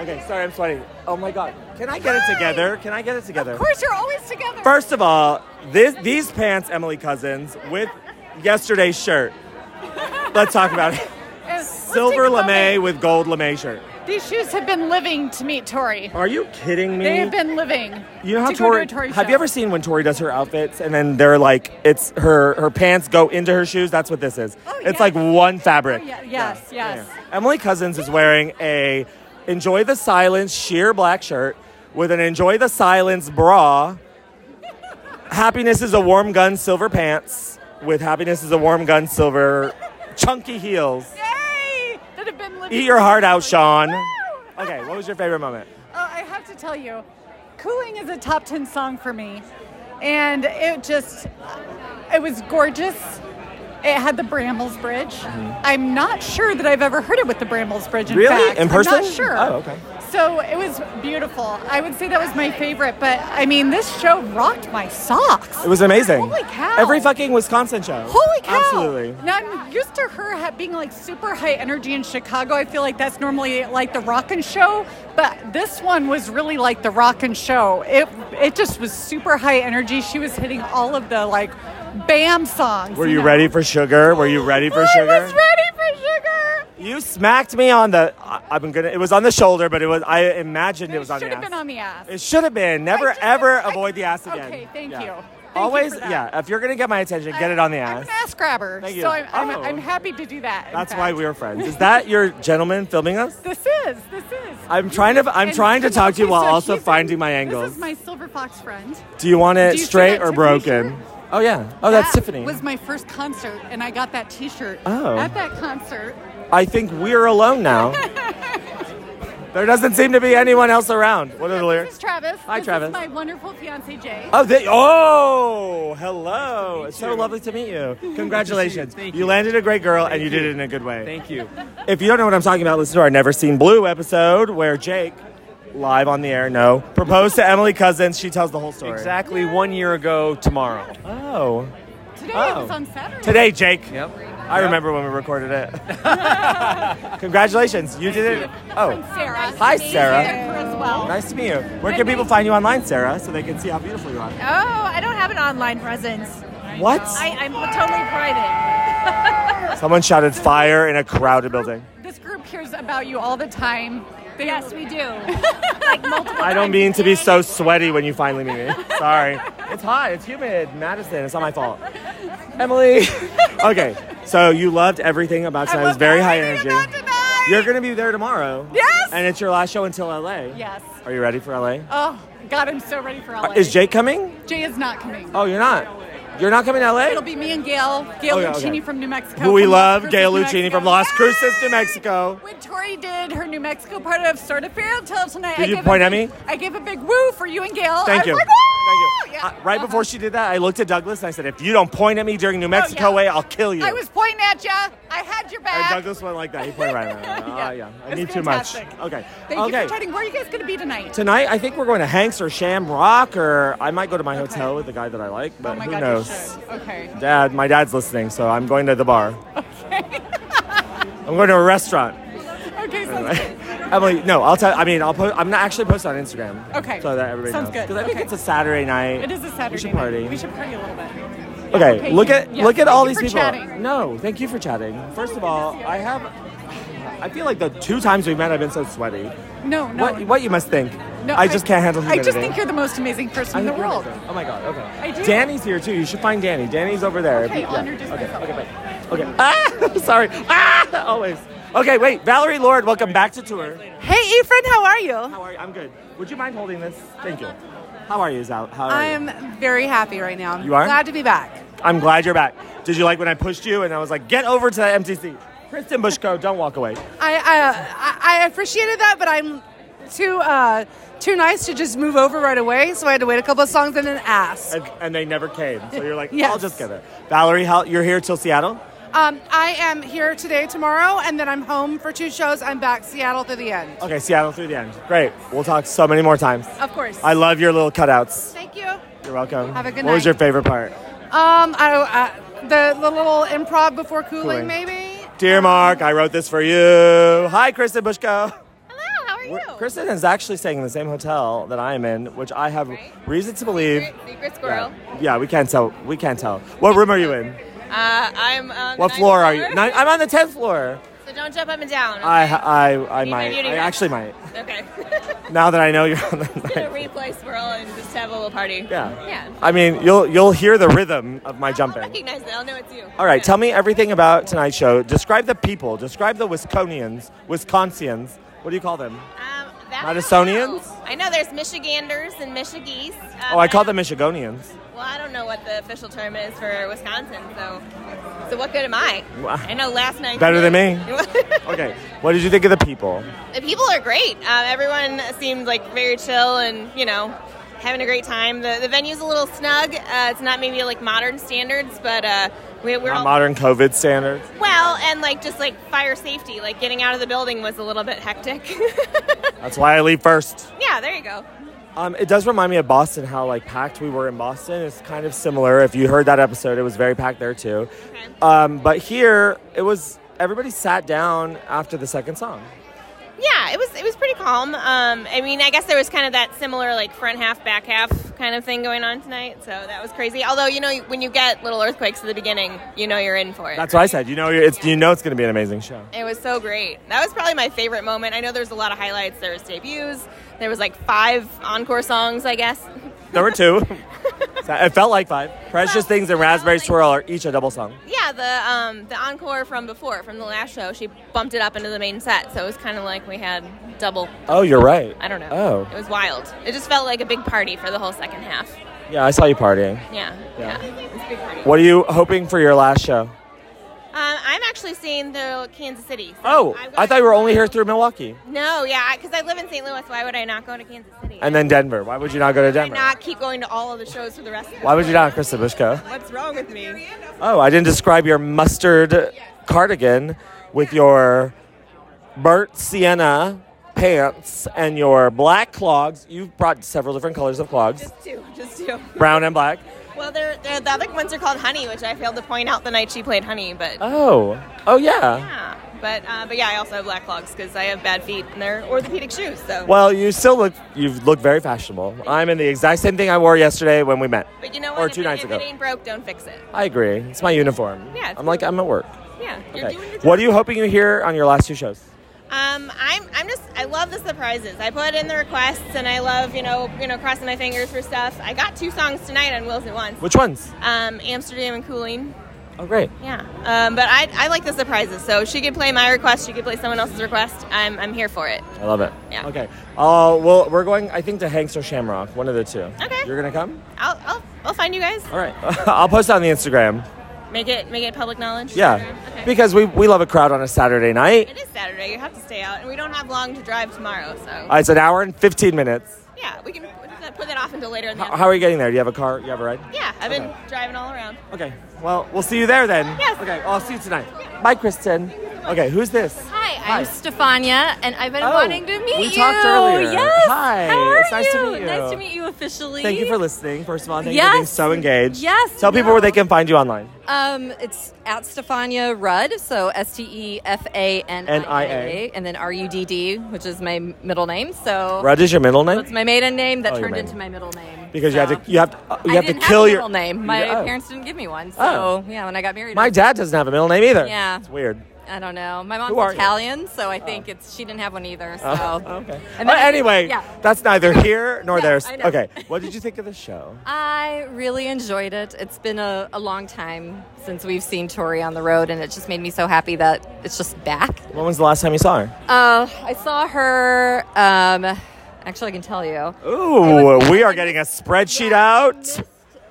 Speaker 1: Okay, sorry, I'm sweating. Oh my god. Can I get it together? Can I get it together?
Speaker 7: Of course, you're always uh, together.
Speaker 1: First of all, this these pants, Emily Cousins, with yesterday's shirt. Let's talk about it.
Speaker 7: Let's
Speaker 1: Silver
Speaker 7: take a
Speaker 1: lame
Speaker 7: moment.
Speaker 1: with gold lame shirt.
Speaker 7: These shoes have been living to meet Tori.
Speaker 1: Are you kidding me?
Speaker 7: They have been living.
Speaker 1: you know how
Speaker 7: to go to
Speaker 1: Tori,
Speaker 7: a Tori
Speaker 1: have
Speaker 7: show.
Speaker 1: you ever seen when Tori does her outfits and then they're like it's her her pants go into her shoes? That's what this is. it's
Speaker 7: Oh, yeah.
Speaker 1: like one fabric.
Speaker 7: Yeah, yes, yes.
Speaker 1: Emily Cousins is wearing a Enjoy the Silence sheer black shirt with an Enjoy the Silence bra. Happiness is a warm gun silver pants with Happiness is a warm gun silver chunky heels.
Speaker 7: Yay! That have been living.
Speaker 1: Eat your heart out, Sean.
Speaker 7: Woo!
Speaker 1: Okay, what was your favorite moment?
Speaker 7: Oh, I have to tell you, Cooling is a top 10 song for me. And it just, it was gorgeous. It had the Brambles Bridge. I'm not sure that I've ever heard it with the Brambles Bridge. In
Speaker 1: Mm-hmm. Really?
Speaker 7: fact.
Speaker 1: In person?
Speaker 7: I'm not sure.
Speaker 1: Oh, okay.
Speaker 7: So it was beautiful. I would say that was my favorite, but I mean, this show rocked my socks.
Speaker 1: It was amazing.
Speaker 7: Holy cow.
Speaker 1: Every fucking Wisconsin show.
Speaker 7: Holy cow!
Speaker 1: Absolutely.
Speaker 7: Now I'm used to her ha- being like super high energy in Chicago. I feel like that's normally like the rockin' show, but this one was really like the rockin' show. It it just was super high energy. She was hitting all of the like bam songs.
Speaker 1: Were you ready for sugar? Were you ready for sugar?
Speaker 7: I was ready for sugar.
Speaker 1: You smacked me on the. I, I'm gonna. It was on the shoulder, but it was. I imagined it, was on
Speaker 7: should
Speaker 1: the
Speaker 7: have
Speaker 1: ass.
Speaker 7: been on the ass.
Speaker 1: it should have been. Never
Speaker 7: should have-
Speaker 1: ever
Speaker 7: I-
Speaker 1: avoid the ass again.
Speaker 7: okay, thank you. Thank you
Speaker 1: Always,
Speaker 7: for that.
Speaker 1: yeah. If you're gonna get my attention, get it on the
Speaker 7: I'm
Speaker 1: ass.
Speaker 7: an ass grabber,
Speaker 1: Thank you.
Speaker 7: so I'm, I'm,
Speaker 1: Oh.
Speaker 7: I'm happy to do that. in
Speaker 1: That's
Speaker 7: fact.
Speaker 1: why we were friends. Is that your gentleman filming us?
Speaker 7: This is. This is.
Speaker 1: I'm trying to. I'm
Speaker 7: And-
Speaker 1: trying to
Speaker 7: and
Speaker 1: talk to you
Speaker 7: okay,
Speaker 1: while
Speaker 7: so
Speaker 1: also
Speaker 7: he's in-
Speaker 1: finding my
Speaker 7: This
Speaker 1: angles.
Speaker 7: is my silver fox friend.
Speaker 1: Do you want
Speaker 7: Do
Speaker 1: it
Speaker 7: you see
Speaker 1: straight
Speaker 7: that
Speaker 1: or
Speaker 7: Tiffany
Speaker 1: broken?
Speaker 7: shirt?
Speaker 1: Oh yeah. Oh, that's
Speaker 7: That
Speaker 1: Tiffany.
Speaker 7: Was my first concert, and I got that T-shirt
Speaker 1: Oh.
Speaker 7: at that concert.
Speaker 1: I think we're alone now. there doesn't seem to be anyone else around. What are the
Speaker 7: This
Speaker 1: lyrics?
Speaker 7: is Travis.
Speaker 1: Hi,
Speaker 7: This is
Speaker 1: Travis.
Speaker 7: my wonderful fiance Jay.
Speaker 1: Oh, they, oh, hello. It's so lovely to meet you. Congratulations.
Speaker 8: Thank
Speaker 1: you.
Speaker 8: you.
Speaker 1: landed a great girl and you, did
Speaker 8: you.
Speaker 1: it in a good way.
Speaker 8: Thank you.
Speaker 1: If you don't know what I'm talking about, listen to our Never Seen Blue episode where Jake, live on the air, no, proposed to Emily Cousins. She tells the whole story.
Speaker 8: Exactly one year ago tomorrow.
Speaker 1: Oh.
Speaker 7: Today
Speaker 1: oh.
Speaker 7: it was on Saturday.
Speaker 1: Today, Jake.
Speaker 8: Yep.
Speaker 1: I remember when we recorded it. Congratulations. You did
Speaker 7: From
Speaker 1: it. Oh.
Speaker 7: Sarah.
Speaker 1: Hi,
Speaker 7: She's
Speaker 1: Sarah.
Speaker 7: there As well.
Speaker 1: Nice to meet you. Where can people find you online, Sarah, so they can see how beautiful you are?
Speaker 9: Oh, I don't have an online presence.
Speaker 1: What?
Speaker 9: I, I'm totally private.
Speaker 1: Someone shouted fire in a crowded building.
Speaker 7: This group hears about you all the time. They-
Speaker 9: Yes, we do.
Speaker 1: I don't mean to be so sweaty when you finally meet me. Sorry. It's hot. It's humid. Madison, it's not my fault. Emily. okay. So you loved everything about tonight. it was
Speaker 7: loved
Speaker 1: very high energy.
Speaker 7: everything about tonight.
Speaker 1: You're going to be there tomorrow.
Speaker 7: Yes.
Speaker 1: And it's your last show until LA.
Speaker 7: Yes.
Speaker 1: Are you ready for LA?
Speaker 7: Oh God, I'm so ready for LA.
Speaker 1: Is Jake coming?
Speaker 7: Jay is not coming.
Speaker 1: Oh, you're not. You're not coming to LA?
Speaker 7: It'll be me and Gail. Gail
Speaker 1: Okay,
Speaker 7: Lucchini
Speaker 1: okay.
Speaker 7: from New Mexico.
Speaker 1: Who we
Speaker 7: from Las
Speaker 1: love,
Speaker 7: Cruces,
Speaker 1: Gail
Speaker 7: New
Speaker 1: Lucchini
Speaker 7: Mexico.
Speaker 1: from Las
Speaker 7: Yay!
Speaker 1: Cruces, New Mexico.
Speaker 7: When Tori did her New Mexico part of Sort of Feral Tale tonight,
Speaker 1: Did
Speaker 7: I
Speaker 1: you
Speaker 7: gave
Speaker 1: point
Speaker 7: a
Speaker 1: at
Speaker 7: big-
Speaker 1: me?
Speaker 7: I gave a big woo for you and Gail.
Speaker 1: Thank
Speaker 7: I
Speaker 1: you.
Speaker 7: Was like,
Speaker 1: Thank you.
Speaker 7: "Woo!" Yeah.
Speaker 1: Uh, right before she did that, I looked at Douglas and I said, if you don't point at me during New Mexico
Speaker 7: Oh, yeah.
Speaker 1: Way, I'll kill you.
Speaker 7: I was pointing at you. I had your
Speaker 1: And
Speaker 7: back.
Speaker 1: Douglas went like that. He pointed right at me.
Speaker 7: Yeah.
Speaker 1: Ah, yeah. I
Speaker 7: It's
Speaker 1: need too
Speaker 7: fantastic.
Speaker 1: much. Okay.
Speaker 7: Thank
Speaker 1: okay.
Speaker 7: you for chatting. Where are you guys going to be tonight?
Speaker 1: Tonight, I think we're going to Hanks or Shamrock, or I might go to my hotel with the guy that I like, but
Speaker 7: oh my
Speaker 1: who
Speaker 7: God,
Speaker 1: knows?
Speaker 7: you should. Okay.
Speaker 1: Dad, my dad's listening, so I'm going to the bar. Okay. I'm going to a restaurant.
Speaker 7: Okay, sounds good.
Speaker 1: Emily, no, I'll tell. I mean, I'll post. I'm not actually post on Instagram.
Speaker 7: Okay.
Speaker 1: So that everybody
Speaker 7: Sounds good.
Speaker 1: Because I think
Speaker 7: Okay.
Speaker 1: it's a Saturday night.
Speaker 7: It is a Saturday
Speaker 1: We should
Speaker 7: night.
Speaker 1: party.
Speaker 7: We should party a little bit.
Speaker 1: Okay,
Speaker 7: Okay,
Speaker 1: look
Speaker 7: yeah.
Speaker 1: at
Speaker 7: Yeah.
Speaker 1: look at
Speaker 7: Thank
Speaker 1: all
Speaker 7: you
Speaker 1: these
Speaker 7: for
Speaker 1: people.
Speaker 7: chatting.
Speaker 1: No, thank you for chatting. First of all, I have. I feel like the two times we met, I've been so sweaty.
Speaker 7: No, no.
Speaker 1: What what you must think?
Speaker 7: No,
Speaker 1: I just can't handle. Humidity.
Speaker 7: I just think you're the most amazing person
Speaker 1: I
Speaker 7: in the
Speaker 1: think you're
Speaker 7: world.
Speaker 1: amazing. Oh my god. Okay.
Speaker 7: I do.
Speaker 1: Danny's here too. You should find Danny. Danny's over there.
Speaker 7: Okay, I'll
Speaker 1: Yeah.
Speaker 7: introduce
Speaker 1: okay.
Speaker 7: myself.
Speaker 1: Okay. Bye. Okay. Ah, sorry. Ah, always. Okay. Wait, Valerie Lord, welcome back to tour.
Speaker 9: Hey, Efren, how are you?
Speaker 1: How are you? I'm good. Would you mind holding this? Thank you. How are you, Zal? How are you?
Speaker 9: I'm very happy right now. I'm
Speaker 1: You are?
Speaker 9: Glad to be back.
Speaker 1: I'm glad you're back. Did you like when I pushed you and I was like, get over to the MTC? Kristen Bushko, don't walk away.
Speaker 9: I I, I I appreciated that, but I'm too uh, too nice to just move over right away. So I had to wait a couple of songs and then ask.
Speaker 1: And, and they never came. So you're like,
Speaker 9: Yes.
Speaker 1: I'll just get it. Valerie, how, you're here till Seattle?
Speaker 9: Um, I am here today, tomorrow, and then I'm home for two shows. I'm back Seattle through the end.
Speaker 1: Okay, Seattle through the end. Great. We'll talk so many more times.
Speaker 9: Of course.
Speaker 1: I love your little cutouts.
Speaker 9: Thank you. Um,
Speaker 1: You're welcome.
Speaker 9: Have a good
Speaker 1: What was
Speaker 9: night.
Speaker 1: your favorite part?
Speaker 9: I, uh, the, the little improv before cooling,
Speaker 1: Cooling.
Speaker 9: maybe.
Speaker 1: Dear Mark, I wrote this for you. Hi, Kristen Bushko.
Speaker 3: Hello, how are you?
Speaker 1: We're- Kristen is actually staying in the same hotel that I'm in, which I have reason to believe.
Speaker 10: Secret
Speaker 1: Yeah.
Speaker 10: squirrel.
Speaker 1: yeah, we can't tell. We can't tell. What room are you in?
Speaker 10: Uh, I'm on.
Speaker 1: What floor are you? Nine, I'm on the tenth floor.
Speaker 10: So don't jump up and down.
Speaker 1: I I I might.
Speaker 10: beauty
Speaker 1: I
Speaker 10: rest.
Speaker 1: actually might.
Speaker 10: Okay.
Speaker 1: Now that I know you're on the
Speaker 10: Gonna
Speaker 1: ninth.
Speaker 10: replay squirrel and just have a little party.
Speaker 1: Yeah.
Speaker 10: Yeah.
Speaker 1: I mean, you'll you'll hear the rhythm of my
Speaker 10: I'll
Speaker 1: jumping.
Speaker 10: recognize it. I'll know it's you.
Speaker 1: All right, tell me everything about tonight's show. Describe the people. Describe the Wisconians, Wisconsians. What do you call them?
Speaker 10: Um, that
Speaker 1: Madisonians?
Speaker 10: I know. I know there's Michiganders and Michigese. Um,
Speaker 1: Oh, I call them Michigonians.
Speaker 10: Well, I don't know what the official term is for Wisconsin, so so what good am I?
Speaker 1: Wow.
Speaker 10: I know last night.
Speaker 1: Better than Okay, what did you think of the people?
Speaker 10: the people are great. Um, everyone seemed like very chill and you know having a great time. The the venue's a little snug. Uh, it's not maybe like modern standards, but uh, we, we're
Speaker 1: Not
Speaker 10: all
Speaker 1: modern COVID standards.
Speaker 10: well and like just like fire safety. Like getting out of the building was a little bit hectic.
Speaker 1: That's why I leave first.
Speaker 10: yeah, there you go.
Speaker 1: Um, it does remind me of Boston, how like packed we were in Boston. It's kind of similar. If you heard that episode, it was very packed there too.
Speaker 10: Okay.
Speaker 1: Um, but here, it was everybody sat down after the second song.
Speaker 10: Yeah, it was it was pretty calm. Um, I mean, I guess there was kind of that similar like front half back half kind of thing going on tonight. So that was crazy. Although you know when you get little earthquakes at the beginning, you know you're in for it.
Speaker 1: That's what I said. You know, it's you know it's going to be an amazing show.
Speaker 10: It was so great. That was probably my favorite moment. I know there's a lot of highlights. There was debuts. There was like five encore songs, I guess.
Speaker 1: Number two, So it felt like five. Precious Things and Raspberry Swirl are each a double song.
Speaker 10: Yeah, the um, the encore from before, from the last show, she bumped it up into the main set, so it was kind of like we had double.
Speaker 1: Oh, you're right.
Speaker 10: I don't know.
Speaker 1: Oh.
Speaker 10: it was wild. It just felt like a big party for the whole second half.
Speaker 1: Yeah, I saw you partying.
Speaker 10: Yeah, yeah. It was a big party.
Speaker 1: What are you hoping for your last show?
Speaker 10: Um, I'm actually seeing the Kansas City. so
Speaker 1: Oh,
Speaker 10: I've got-
Speaker 1: I thought you were only here through Milwaukee
Speaker 10: No, yeah, because I live in St. Louis. Why would I not go to Kansas City?
Speaker 1: and then Denver. Why would you not go to
Speaker 10: Why
Speaker 1: Denver?
Speaker 10: not keep going to all of the shows for the rest of the
Speaker 1: Why would you not, Krista Bushko?
Speaker 10: What's wrong with me?
Speaker 1: Oh, I didn't describe your mustard cardigan with your burnt sienna pants and your black clogs. You've brought several different colors of clogs,
Speaker 10: Just two, just two.
Speaker 1: brown and black.
Speaker 10: Well, they're, they're, the other ones are called Honey, which I failed to point out the night she played Honey, but
Speaker 1: Oh, oh yeah.
Speaker 10: yeah, but uh, but yeah, I also have black clogs because I have bad feet and they're orthopedic shoes. So,
Speaker 1: Well, you still look you look very fashionable. I'm in the exact same thing I wore yesterday when we met.
Speaker 10: but you know what?
Speaker 1: or
Speaker 10: if
Speaker 1: two
Speaker 10: it,
Speaker 1: nights
Speaker 10: if
Speaker 1: ago.
Speaker 10: it ain't broke, don't fix it.
Speaker 1: I agree. It's my uniform.
Speaker 10: Yeah, it's
Speaker 1: I'm like I'm at work.
Speaker 10: Yeah, you're
Speaker 1: Okay.
Speaker 10: doing your
Speaker 1: What are you hoping you hear on your last two shows?
Speaker 10: Um, I'm, I'm just I love the surprises. I put in the requests and I love you know you know crossing my fingers for stuff. I got two songs tonight on Wills at Once.
Speaker 1: Which ones?
Speaker 10: Um, Amsterdam and Cooling.
Speaker 1: Oh, great.
Speaker 10: Yeah. Um, but I, I like the surprises. So she could play my request. She could play someone else's request. I'm, I'm here for it.
Speaker 1: I love it.
Speaker 10: Yeah.
Speaker 1: Okay. Uh, well, we're going. I think to Hanks or Shamrock, one of the two. Okay. You're gonna come.
Speaker 10: I'll, I'll, I'll find you guys.
Speaker 1: All right. I'll post it on the Instagram.
Speaker 10: Make it make it public knowledge.
Speaker 1: Yeah.
Speaker 10: Okay.
Speaker 1: Because we, we love a crowd on a Saturday night.
Speaker 10: It is Saturday. You have to stay out, and we don't have long to drive tomorrow. So
Speaker 1: Uh, it's an hour and 15 minutes.
Speaker 10: yeah, we can put that off until later in the.
Speaker 1: How are you getting there? Do you have a car? You have a ride?
Speaker 10: yeah, I've been driving all around.
Speaker 1: Okay. Well, we'll see you there then.
Speaker 11: Yes.
Speaker 1: Okay. well, I'll see you tonight. Bye, Kristen. Okay. Who's this?
Speaker 11: Hi, I'm Stefania, and I've been
Speaker 1: Oh,
Speaker 11: wanting to meet
Speaker 1: we
Speaker 11: you.
Speaker 1: talked earlier.
Speaker 11: Yes.
Speaker 1: Hi,
Speaker 11: How are
Speaker 1: it's nice to
Speaker 11: you?
Speaker 1: meet you.
Speaker 11: Nice to meet you officially.
Speaker 1: Thank you for listening, first of all. Thank you for being
Speaker 11: Yes.
Speaker 1: so engaged.
Speaker 11: Yes,
Speaker 1: Tell people
Speaker 11: no.
Speaker 1: where they can find you online.
Speaker 11: Um, it's at Stefania Rudd, so S T E F A N
Speaker 1: N I
Speaker 11: I
Speaker 1: A.
Speaker 11: A, and then R U D D, which is my middle name. So
Speaker 1: Rudd is your middle name?
Speaker 11: It's my maiden name that
Speaker 1: Oh, your
Speaker 11: turned
Speaker 1: maiden.
Speaker 11: into my middle name.
Speaker 1: Because you have to, you have to, uh, you
Speaker 11: I
Speaker 1: have
Speaker 11: didn't
Speaker 1: to kill
Speaker 11: have a
Speaker 1: your
Speaker 11: middle name. My
Speaker 1: oh.
Speaker 11: parents didn't give me one. So
Speaker 1: Oh.
Speaker 11: yeah, when I got married, I
Speaker 1: My
Speaker 11: was-
Speaker 1: dad doesn't have a middle name either.
Speaker 11: Yeah.
Speaker 1: It's weird.
Speaker 11: I don't know. My
Speaker 1: Who are
Speaker 11: mom's
Speaker 1: you?
Speaker 11: Italian, so I think it's she didn't have one either. So
Speaker 1: Oh, okay.
Speaker 11: And
Speaker 1: But
Speaker 11: then I-
Speaker 1: anyway,
Speaker 11: yeah.
Speaker 1: that's neither here nor there.
Speaker 11: I know.
Speaker 1: Okay. What did you think of the show?
Speaker 11: I really enjoyed it. It's been a, a long time since we've seen Tori on the road, and it just made me so happy that it's just back.
Speaker 1: When was the last time you saw her?
Speaker 11: Uh, I saw her. Um, actually, I can tell you.
Speaker 1: Ooh, we are getting a spreadsheet out.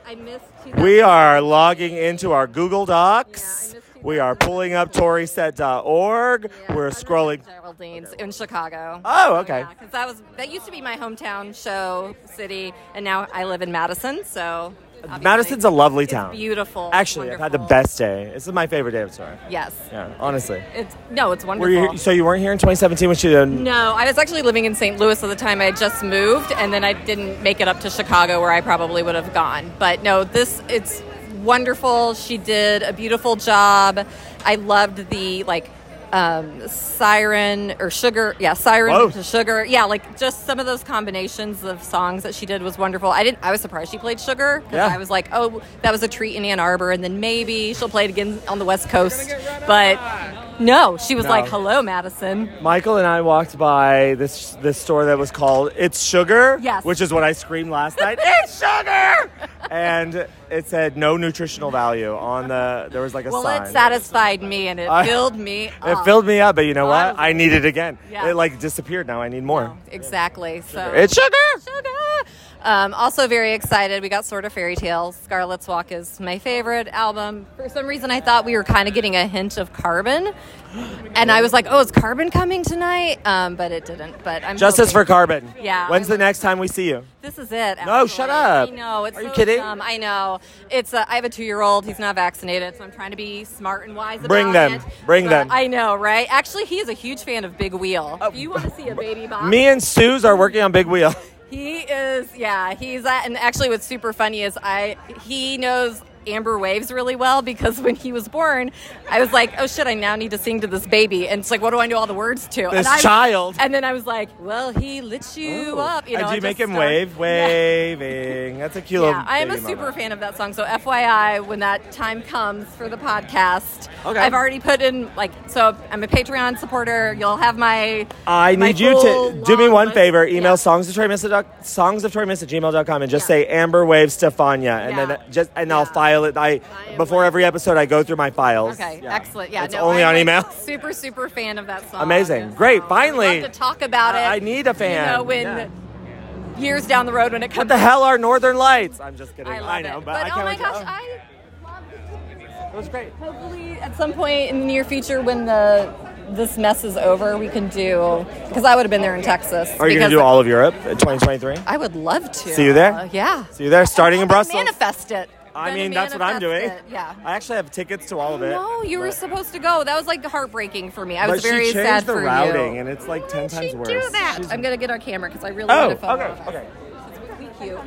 Speaker 11: I missed.
Speaker 1: We are logging into our Google Docs. we are pulling up toryset.org. We're scrolling.
Speaker 11: Geraldine's in Chicago.
Speaker 1: Oh, okay.
Speaker 11: Because that was that used to be my hometown show city, and now I live in Madison. So obviously
Speaker 1: Madison's a lovely
Speaker 11: it's
Speaker 1: town.
Speaker 11: Beautiful.
Speaker 1: Actually, I've had the
Speaker 11: wonderful.
Speaker 1: best day. This is my favorite day of tour.
Speaker 11: Yes.
Speaker 1: Yeah, honestly.
Speaker 11: It's no, it's
Speaker 1: Were
Speaker 11: wonderful.
Speaker 1: you, so you weren't here in 2017 when she did?
Speaker 11: No, I was actually living in St. Louis at the time. I had just moved, and then I didn't make it up to Chicago, where I probably would have gone. But no, this it's wonderful. She did a beautiful job. I loved the like um, siren or sugar, yeah, siren
Speaker 12: Close.
Speaker 11: to sugar, yeah, like just some of those combinations of songs that she did was wonderful. I didn't, I was surprised she played sugar because
Speaker 12: Yeah.
Speaker 11: I was like, oh, that was a treat in Ann Arbor, and then maybe she'll play it again on the West Coast, but. No, she was
Speaker 1: No.
Speaker 11: like, "Hello, Madison."
Speaker 1: Michael and I walked by this this store that was called It's Sugar,
Speaker 11: Yes.
Speaker 1: which is what I screamed last night. it's sugar, and it said no nutritional value on the. There was like a
Speaker 11: well,
Speaker 1: sign.
Speaker 11: it satisfied me and it
Speaker 1: I-
Speaker 11: filled me
Speaker 1: It
Speaker 11: up.
Speaker 1: filled me up, but you know what?
Speaker 11: Honestly.
Speaker 1: I need it again.
Speaker 11: Yeah.
Speaker 1: It like disappeared. Now I need more.
Speaker 11: exactly. So
Speaker 1: It's sugar.
Speaker 11: Sugar. Um, also very excited. We got sort of fairy tales. Scarlet's Walk is my favorite album. For some reason, I thought we were kind of getting a hint of Carbon, and I was like, "Oh, is Carbon coming tonight?" Um, but it didn't. But I'm
Speaker 1: Justice for
Speaker 11: hoping-
Speaker 1: carbon.
Speaker 11: Yeah.
Speaker 1: When's the next time we see you?
Speaker 11: This is it.
Speaker 1: No, shut up.
Speaker 11: I know. It's
Speaker 1: Are you
Speaker 11: so
Speaker 1: kidding?
Speaker 11: dumb. I know. It's. A, I have a two-year-old. He's not vaccinated, so I'm trying to be smart and wise.
Speaker 1: Bring
Speaker 11: about
Speaker 1: them.
Speaker 11: it.
Speaker 1: Bring
Speaker 11: But
Speaker 1: them. Oh.
Speaker 11: I know, right? Actually, he is a huge fan of Big Wheel. if you want to see a baby box,
Speaker 1: Me and Suze are working on Big Wheel.
Speaker 11: uh, he is. Yeah, he's. At, and actually, what's super funny is I. He knows. Amber Waves really well because when he was born, I was like, oh shit, I now need to sing to this baby. And it's like, what do I know all the words to?
Speaker 1: This
Speaker 11: and I,
Speaker 1: child. Oh.
Speaker 11: And then I was like, well, he lit you up. You know,
Speaker 1: and Uh, you
Speaker 11: it
Speaker 1: make
Speaker 11: just
Speaker 1: him
Speaker 11: started-
Speaker 1: wave, waving. That's a cute little.
Speaker 11: yeah, I am a
Speaker 1: baby
Speaker 11: super
Speaker 1: mama.
Speaker 11: fan of that song. So FYI, when that time comes for the podcast,
Speaker 1: Okay.
Speaker 11: I've already put in like so. I'm a Patreon supporter. You'll have my.
Speaker 1: I
Speaker 11: my
Speaker 1: need you
Speaker 11: full
Speaker 1: to do me
Speaker 11: long
Speaker 1: one
Speaker 11: list.
Speaker 1: favor. Email songs of Troy Miss at doc- songs of Troy Miss at gmail.com and just say Amber Wave Stefania and then just and I'll file it. I before every episode I go through my files.
Speaker 11: Okay, excellent. Yeah,
Speaker 1: It's only on
Speaker 11: like,
Speaker 1: email.
Speaker 11: Super, super fan of that song.
Speaker 1: Amazing, great. Finally,
Speaker 11: Love to talk about it.
Speaker 1: I- I need a
Speaker 11: You
Speaker 1: fan.
Speaker 11: know, when years down the road when it comes.
Speaker 1: what the hell are Northern Lights? I'm just kidding. I, know, but, I
Speaker 11: But
Speaker 1: can't
Speaker 11: oh my
Speaker 1: wait to-
Speaker 11: gosh,
Speaker 1: oh.
Speaker 11: I
Speaker 1: It was great.
Speaker 11: Hopefully, at some point in the near future, when the this mess is over, we can do because I would have been there in Texas.
Speaker 1: Are you going
Speaker 11: because
Speaker 1: to do all of Europe in 2023?
Speaker 11: I would love to.
Speaker 1: See you there?
Speaker 11: Uh, yeah.
Speaker 1: See you there, starting in Brussels.
Speaker 11: Manifest it.
Speaker 1: I
Speaker 11: Gonna
Speaker 1: mean, that's what I'm doing.
Speaker 11: manifest it, Yeah.
Speaker 1: I actually have tickets to all of it.
Speaker 11: No, you were supposed to go. That was like heartbreaking for me. I
Speaker 1: but
Speaker 11: was very
Speaker 1: she changed
Speaker 11: sad
Speaker 1: the
Speaker 11: for
Speaker 1: routing,
Speaker 11: you.
Speaker 1: and it's like ten times worse.
Speaker 11: Do that. I'm gonna get our camera because I really
Speaker 1: Oh,
Speaker 11: want to photo.
Speaker 1: okay, okay.
Speaker 11: Thank you.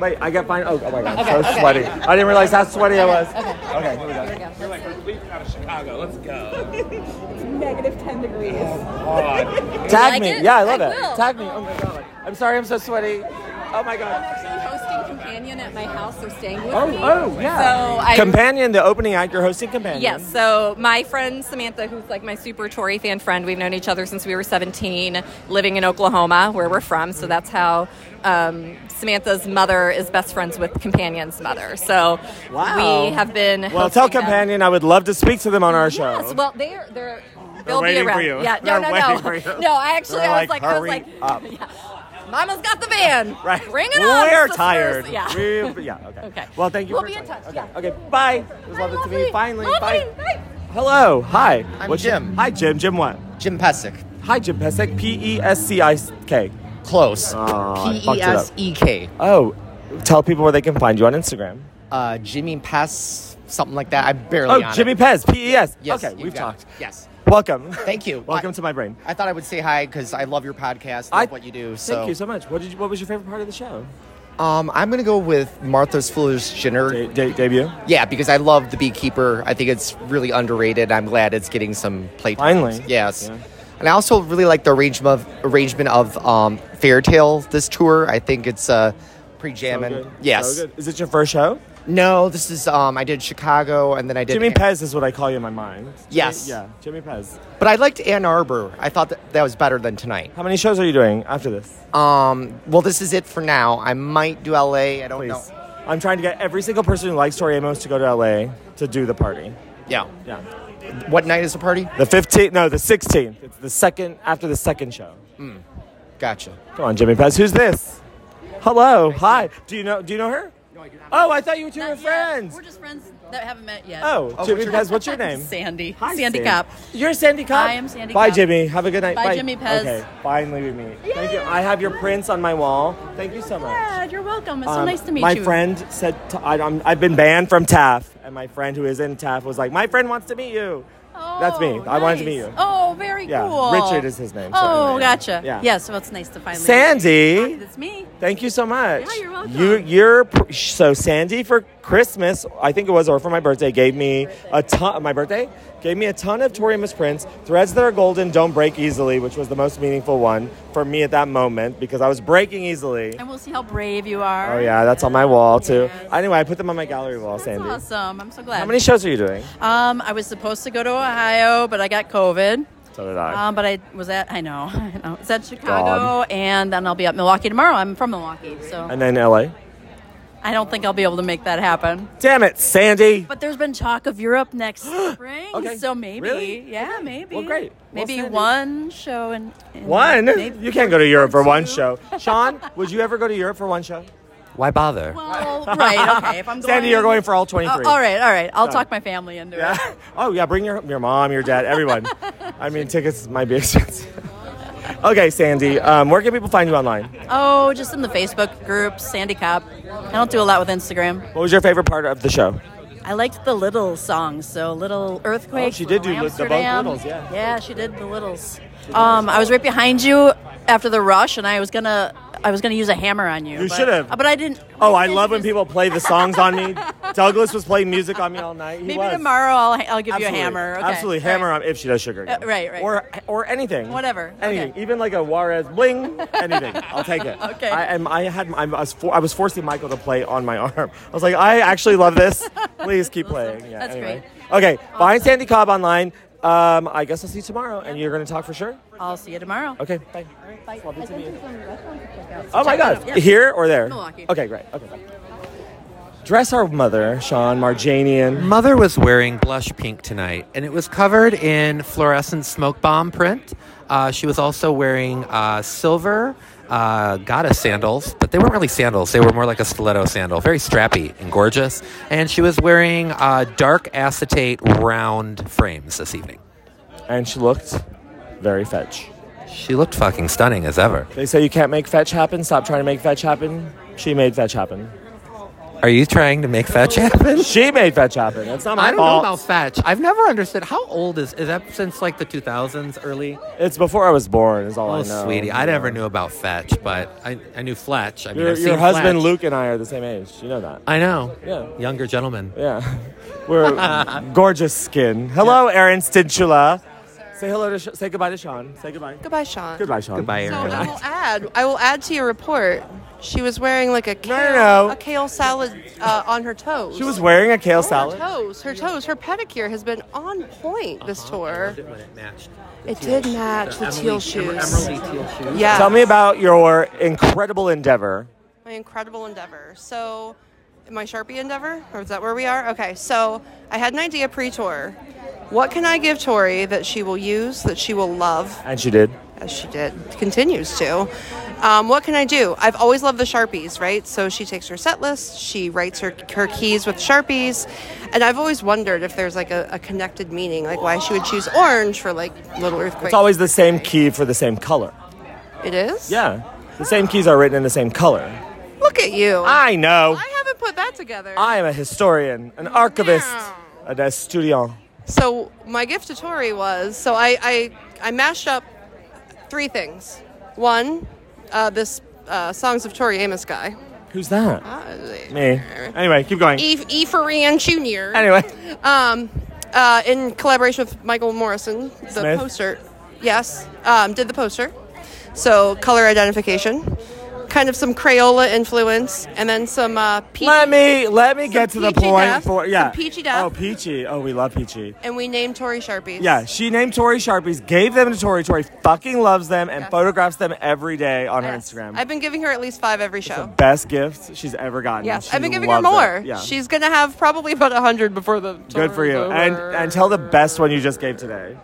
Speaker 1: Wait, I got fine. Oh, oh my god,
Speaker 11: Okay,
Speaker 1: so
Speaker 11: okay.
Speaker 1: sweaty. I didn't realize how sweaty I was.
Speaker 11: Okay.
Speaker 1: Okay, here we go.
Speaker 12: You're like, we're leaving out of Chicago. Let's go.
Speaker 13: It's negative 10 degrees.
Speaker 12: God.
Speaker 1: Oh Tag
Speaker 13: like
Speaker 1: me.
Speaker 13: it?
Speaker 1: Yeah, I love
Speaker 13: I
Speaker 1: it.
Speaker 13: will.
Speaker 1: Tag me. Oh my god. I'm sorry, I'm so sweaty. Oh my god. I'm
Speaker 11: actually hosting companion at my house. They're staying with
Speaker 1: Oh,
Speaker 11: me.
Speaker 1: oh, yeah.
Speaker 11: So I
Speaker 1: companion, the opening act, your hosting companion.
Speaker 11: Yes. So my friend Samantha, who's like my super Tory fan friend, we've known each other since we were 17, living in Oklahoma, where we're from. So that's how um, Samantha's mother is best friends with Companion's mother. So
Speaker 1: Wow.
Speaker 11: we have been.
Speaker 1: Well, tell
Speaker 11: hosting them.
Speaker 1: companion I would love to speak to them on our show.
Speaker 11: Yes. Well, they're they're. They'll
Speaker 1: waiting
Speaker 11: be around.
Speaker 1: for you.
Speaker 11: Yeah. No.
Speaker 1: They're
Speaker 11: no. No.
Speaker 1: waiting for you.
Speaker 11: No. I actually,
Speaker 1: They're
Speaker 11: I was like, I was
Speaker 1: hurry
Speaker 11: like,
Speaker 1: up.
Speaker 11: Mama's got the van.
Speaker 1: Right.
Speaker 11: Bring it
Speaker 1: We're
Speaker 11: on. sisters.
Speaker 1: tired.
Speaker 11: Yeah.
Speaker 1: We- yeah, okay.
Speaker 11: Okay.
Speaker 1: Well, thank you
Speaker 11: We'll
Speaker 1: for
Speaker 11: be in touch.
Speaker 1: Okay.
Speaker 11: Yeah.
Speaker 1: okay, bye. It was lovely to meet you. Finally, bye.
Speaker 11: Bye.
Speaker 1: Hello. Hi.
Speaker 14: I'm
Speaker 1: your-
Speaker 14: Jim.
Speaker 1: Hi, Jim. Jim what?
Speaker 14: Jim Pesic.
Speaker 1: Hi, Jim Pesic. P E S C I K.
Speaker 14: Close.
Speaker 1: Oh, I
Speaker 14: P
Speaker 1: fucked
Speaker 14: E
Speaker 1: it up.
Speaker 14: S E K.
Speaker 1: Oh, tell people where they can find you on Instagram.
Speaker 14: Uh, Jimmy Pass, something like that. I barely.
Speaker 1: Oh,
Speaker 14: on
Speaker 1: Jimmy
Speaker 14: It.
Speaker 1: Pez. P E S.
Speaker 14: Yes,
Speaker 1: Okay,
Speaker 14: you
Speaker 1: we've
Speaker 14: got
Speaker 1: talked.
Speaker 14: it. Yes.
Speaker 1: Welcome.
Speaker 14: Thank you.
Speaker 1: Welcome to my brain.
Speaker 14: I thought I would say hi because I love your podcast. Love what you do. So.
Speaker 1: Thank you so much. What did you, What was your favorite part of the show?
Speaker 14: Um, I'm gonna go with Martha's Foolish Dinner
Speaker 1: debut.
Speaker 14: Yeah, because I love the Beekeeper. I think it's really underrated. I'm glad it's getting some play.
Speaker 1: Finally.
Speaker 14: yes. And I also really like the arrangement of, arrangement of um, Fair Tale this tour. I think it's uh, pretty jamming.
Speaker 1: good.
Speaker 14: Yes.
Speaker 1: So good. Is it your first show?
Speaker 14: No, this is um, I did Chicago and then I did
Speaker 1: Jimmy Pez is what I call you in my mind.
Speaker 14: Yes.
Speaker 1: Yeah, Jimmy Pez.
Speaker 14: But I liked Ann Arbor. I thought that, that was better than tonight.
Speaker 1: How many shows are you doing after this?
Speaker 14: Um, well, this is it for now. I might do LA. I don't know.
Speaker 1: I'm trying to get every single person who likes Tori Amos to go to LA to do the party.
Speaker 14: Yeah.
Speaker 1: Yeah.
Speaker 14: What night is the party?
Speaker 1: The 15th, no, the 16th. It's the second, after the second show.
Speaker 14: Mm. Gotcha.
Speaker 1: Come on, Jimmy Pez. Who's this? Hello. Hi. Do you know, do you know her? No, I do not. Oh, I thought you two were friends.
Speaker 15: We're just friends that haven't met yet.
Speaker 1: Oh, Jimmy Pez, what's your name?
Speaker 15: Sandy.
Speaker 1: Hi,
Speaker 15: Sandy
Speaker 1: Sandy.
Speaker 15: Cop.
Speaker 1: You're Sandy Cop?
Speaker 15: I am Sandy
Speaker 1: Bye,
Speaker 15: Cop.
Speaker 1: Jimmy. Have a good night.
Speaker 15: Bye, Jimmy Pez.
Speaker 1: Okay, finally we meet. Thank you. I have your prints on my wall. Thank you so much.
Speaker 15: Yeah, you're welcome. It's so
Speaker 1: Um,
Speaker 15: nice to meet
Speaker 1: my
Speaker 15: you.
Speaker 1: friend said to, I, I'm, I've been banned from TAF, and my friend who is in TAF was like, "My friend wants to meet you."
Speaker 15: Oh,
Speaker 1: That's me. I wanted to meet
Speaker 15: nice.
Speaker 1: you.
Speaker 15: Oh, very
Speaker 1: Yeah,
Speaker 15: cool.
Speaker 1: Richard is his name, so
Speaker 15: Oh,
Speaker 1: anyway, yeah.
Speaker 15: gotcha.
Speaker 1: Yeah.
Speaker 15: Yeah. so it's nice to finally.
Speaker 1: Sandy,
Speaker 15: It's me.
Speaker 1: thank you so much.
Speaker 15: Yeah, you're welcome.
Speaker 1: You, you're pr- so Sandy for Christmas, I think it was, or for my birthday, gave me a ton. My birthday gave me a ton of Tori Amos prints. Threads that are golden don't break easily, which was the most meaningful one for me at that moment because I was breaking easily.
Speaker 15: And we'll see how brave you are.
Speaker 1: Oh yeah, that's on my wall too. Anyway, I put them on my gallery wall, Sandy.
Speaker 15: Awesome. I'm so glad.
Speaker 1: How many shows are you doing?
Speaker 15: Um, I was supposed to go to Ohio, but I got COVID.
Speaker 1: So did I.
Speaker 15: Um, but I was at, I know, I know. It's at Chicago,
Speaker 1: God.
Speaker 15: and then I'll be at Milwaukee tomorrow. I'm from Milwaukee, so
Speaker 1: and then LA.
Speaker 15: I don't think I'll be able to make that happen.
Speaker 1: Damn it, Sandy.
Speaker 15: But there's been talk of Europe next spring,
Speaker 1: Okay.
Speaker 15: so maybe,
Speaker 1: Really?
Speaker 15: yeah, maybe.
Speaker 1: Well, great. Well,
Speaker 15: Maybe
Speaker 1: Sandy.
Speaker 15: one show and
Speaker 1: One? You can't go to Europe for one show. Sean, would you ever go to Europe for one show?
Speaker 14: Why bother?
Speaker 15: Well, Oh, right, okay. If I'm going,
Speaker 1: Sandy, you're going for all 23.
Speaker 15: Oh, all right, all right. I'll
Speaker 1: Done.
Speaker 15: talk my family into it.
Speaker 1: Yeah. Oh yeah, bring your your mom, your dad, everyone. I mean, tickets might be expensive. okay, Sandy, um, where can people find you online?
Speaker 15: Oh, just in the Facebook group, Sandy Cop. I don't do a lot with Instagram.
Speaker 1: What was your favorite part of the show?
Speaker 15: I liked the little songs, so little earthquake.
Speaker 1: Oh, she did do li- the both
Speaker 15: Amsterdam.
Speaker 1: littles, yeah.
Speaker 15: Yeah, she did the littles. Um, I was right behind you after the rush, and I was gonna, I was gonna use a hammer on you.
Speaker 1: You
Speaker 15: Uh, but-
Speaker 1: should have.
Speaker 15: But I didn't.
Speaker 1: Oh, I love when people play the songs on me. Douglas was playing music on me all night. He
Speaker 15: Maybe
Speaker 1: was.
Speaker 15: tomorrow I'll, I'll give you
Speaker 1: Absolutely.
Speaker 15: a hammer. Okay.
Speaker 1: Absolutely, hammer on if she does sugar.
Speaker 15: Uh,
Speaker 1: Again.
Speaker 15: right, right.
Speaker 1: Or or anything.
Speaker 15: Whatever.
Speaker 1: Anything,
Speaker 15: Okay.
Speaker 1: even like a Juarez bling, anything. I'll take it.
Speaker 15: Okay.
Speaker 1: I, am, I had I was, for, I was forcing Michael to play on my arm. I was like, I actually love this. Please keep playing. Yeah,
Speaker 15: That's
Speaker 1: anyway. Okay, find Sandy Cobb online. Um, I guess I'll see you tomorrow, and you're gonna talk for sure.
Speaker 15: I'll see you tomorrow.
Speaker 1: Okay, bye.
Speaker 15: Bye.
Speaker 1: Oh my
Speaker 15: Check it
Speaker 1: God,
Speaker 15: out, yeah.
Speaker 1: here or there?
Speaker 15: Milwaukee.
Speaker 1: Okay, great. Okay. Bye. Dress our mother, Sean Marjanian.
Speaker 16: Mother was wearing blush pink tonight, and it was covered in fluorescent smoke bomb print. Uh, she was also wearing uh, silver uh, goddess sandals, but they weren't really sandals. They were more like a stiletto sandal, very strappy and gorgeous. And she was wearing uh, dark acetate round frames this evening.
Speaker 1: And she looked very fetch.
Speaker 16: She looked fucking stunning as ever.
Speaker 1: They say you can't make fetch happen. Stop trying to make fetch happen. She made fetch happen.
Speaker 16: Are you trying to make fetch happen?
Speaker 1: She made fetch happen. That's not my
Speaker 16: I don't
Speaker 1: fault.
Speaker 16: know about fetch. I've never understood how old is is that since like the 2000s early?
Speaker 1: It's before I was born. Is all
Speaker 16: Oh,
Speaker 1: I know.
Speaker 16: sweetie, I never knew about Fetch, but I, I knew Fletch. I mean,
Speaker 1: Your,
Speaker 16: I've
Speaker 1: your
Speaker 16: seen
Speaker 1: husband
Speaker 16: Fletch.
Speaker 1: Luke and I are the same age. You know that.
Speaker 16: I know.
Speaker 1: Yeah.
Speaker 16: Younger gentleman.
Speaker 1: Yeah. We're gorgeous skin. Hello, Erin Stintula. Say hello to. Sh- say goodbye to Sean. Say goodbye.
Speaker 17: Goodbye, Sean.
Speaker 1: Goodbye, Sean.
Speaker 16: Goodbye, Erin.
Speaker 17: I will add. I will add to your report. She was wearing like a kale,
Speaker 1: no.
Speaker 17: a kale salad uh, on her toes.
Speaker 1: She was wearing a kale
Speaker 17: her
Speaker 1: salad.
Speaker 17: toes. Her toes. Her pedicure has been on point this tour.
Speaker 16: When Uh-huh. it matched.
Speaker 17: It did match the teal shoes. Yeah.
Speaker 1: Yeah. Tell me about your incredible endeavor.
Speaker 17: my incredible endeavor. So, my Sharpie endeavor, or is that where we are? Okay, so I had an idea pre tour. What can I give Tori that she will use, that she will love,
Speaker 1: And she did.
Speaker 17: as she did, continues to? Um, what can I do? I've always loved the Sharpies, right? So she takes her set list, she writes her, her keys with Sharpies, and I've always wondered if there's like a, a connected meaning, like why she would choose orange for like Little Earthquake.
Speaker 1: It's always the same key for the same color.
Speaker 17: It is?
Speaker 1: Yeah. The same keys are written in the same color.
Speaker 17: Look at you.
Speaker 1: I know.
Speaker 17: I haven't put that together.
Speaker 1: I am a historian, an archivist, an estudiant.
Speaker 17: So my gift to Tori was so I I, I mashed up three things. One, uh, this uh, songs of Tori Amos guy.
Speaker 1: Who's that?
Speaker 17: Uh,
Speaker 1: Me. Anyway, keep going.
Speaker 17: E, e for Rian Jr.
Speaker 1: Anyway.
Speaker 17: Um, uh, in collaboration with Michael Morrison, the
Speaker 1: Smith?
Speaker 17: poster. Yes, um, did the poster. So color identification, kind of some Crayola influence, and then some uh, peach.
Speaker 1: Let me let me
Speaker 17: some
Speaker 1: get to the
Speaker 17: peachy
Speaker 1: point
Speaker 17: depth,
Speaker 1: for yeah.
Speaker 17: some peachy depth.
Speaker 1: Oh, peachy. Oh, we love peachy.
Speaker 17: And we named Tori Sharpies.
Speaker 1: Yeah, she named Tori Sharpies, gave them to Tori. Tori fucking loves them and photographs them every day on her Instagram.
Speaker 17: I've been giving her at least five every show.
Speaker 1: Best gift she's ever gotten.
Speaker 17: Yes,
Speaker 1: She
Speaker 17: I've been giving her
Speaker 1: loves it.
Speaker 17: more.
Speaker 1: Yeah.
Speaker 17: She's gonna have probably about hundred before the
Speaker 1: good for you. And and tell the best one you just gave today.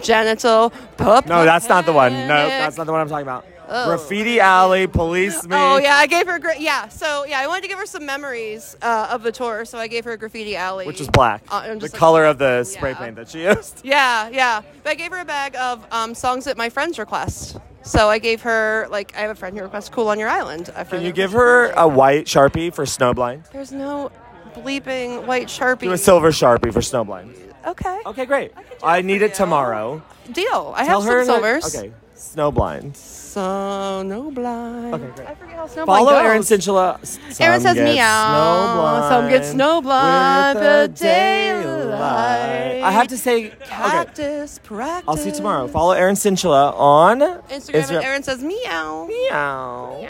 Speaker 17: genital pup.
Speaker 1: No, that's not the one. No, that's not the one I'm talking about.
Speaker 17: Oh.
Speaker 1: Graffiti Alley, Police Me.
Speaker 17: Oh yeah, I gave her. Gra- yeah, so yeah, I wanted to give her some memories uh, of the tour, so I gave her graffiti alley,
Speaker 1: Which is black.
Speaker 17: Uh, I'm
Speaker 1: the
Speaker 17: just like-
Speaker 1: color of the spray paint that she used.
Speaker 17: Yeah, yeah. But I gave her a bag of um, songs at my friends request. So I gave her like I have a friend who requests "Cool on Your Island." A
Speaker 1: Can
Speaker 17: friend
Speaker 1: you give her a white Sharpie for snowblind?
Speaker 17: There's no bleeping white sharpie.
Speaker 1: Do a silver Sharpie for snowblind.
Speaker 17: Okay.
Speaker 1: Okay, great. I need it tomorrow.
Speaker 17: Deal. I
Speaker 1: Tell
Speaker 17: have
Speaker 1: her
Speaker 17: some
Speaker 1: that-
Speaker 17: silvers.
Speaker 1: okay, snowblind.
Speaker 17: So no blind.
Speaker 1: Okay, great.
Speaker 17: I forget how snowblind
Speaker 1: Follow
Speaker 17: goes.
Speaker 1: Erin Cinchilla.
Speaker 17: Oh Aaron says meow. Some get snowblind. The daylight.
Speaker 1: I have to say,
Speaker 17: Cactus practice.
Speaker 1: I'll see you tomorrow. Follow Erin Cinchilla on Instagram.
Speaker 17: Instagram. and Aaron says meow.
Speaker 1: Meow.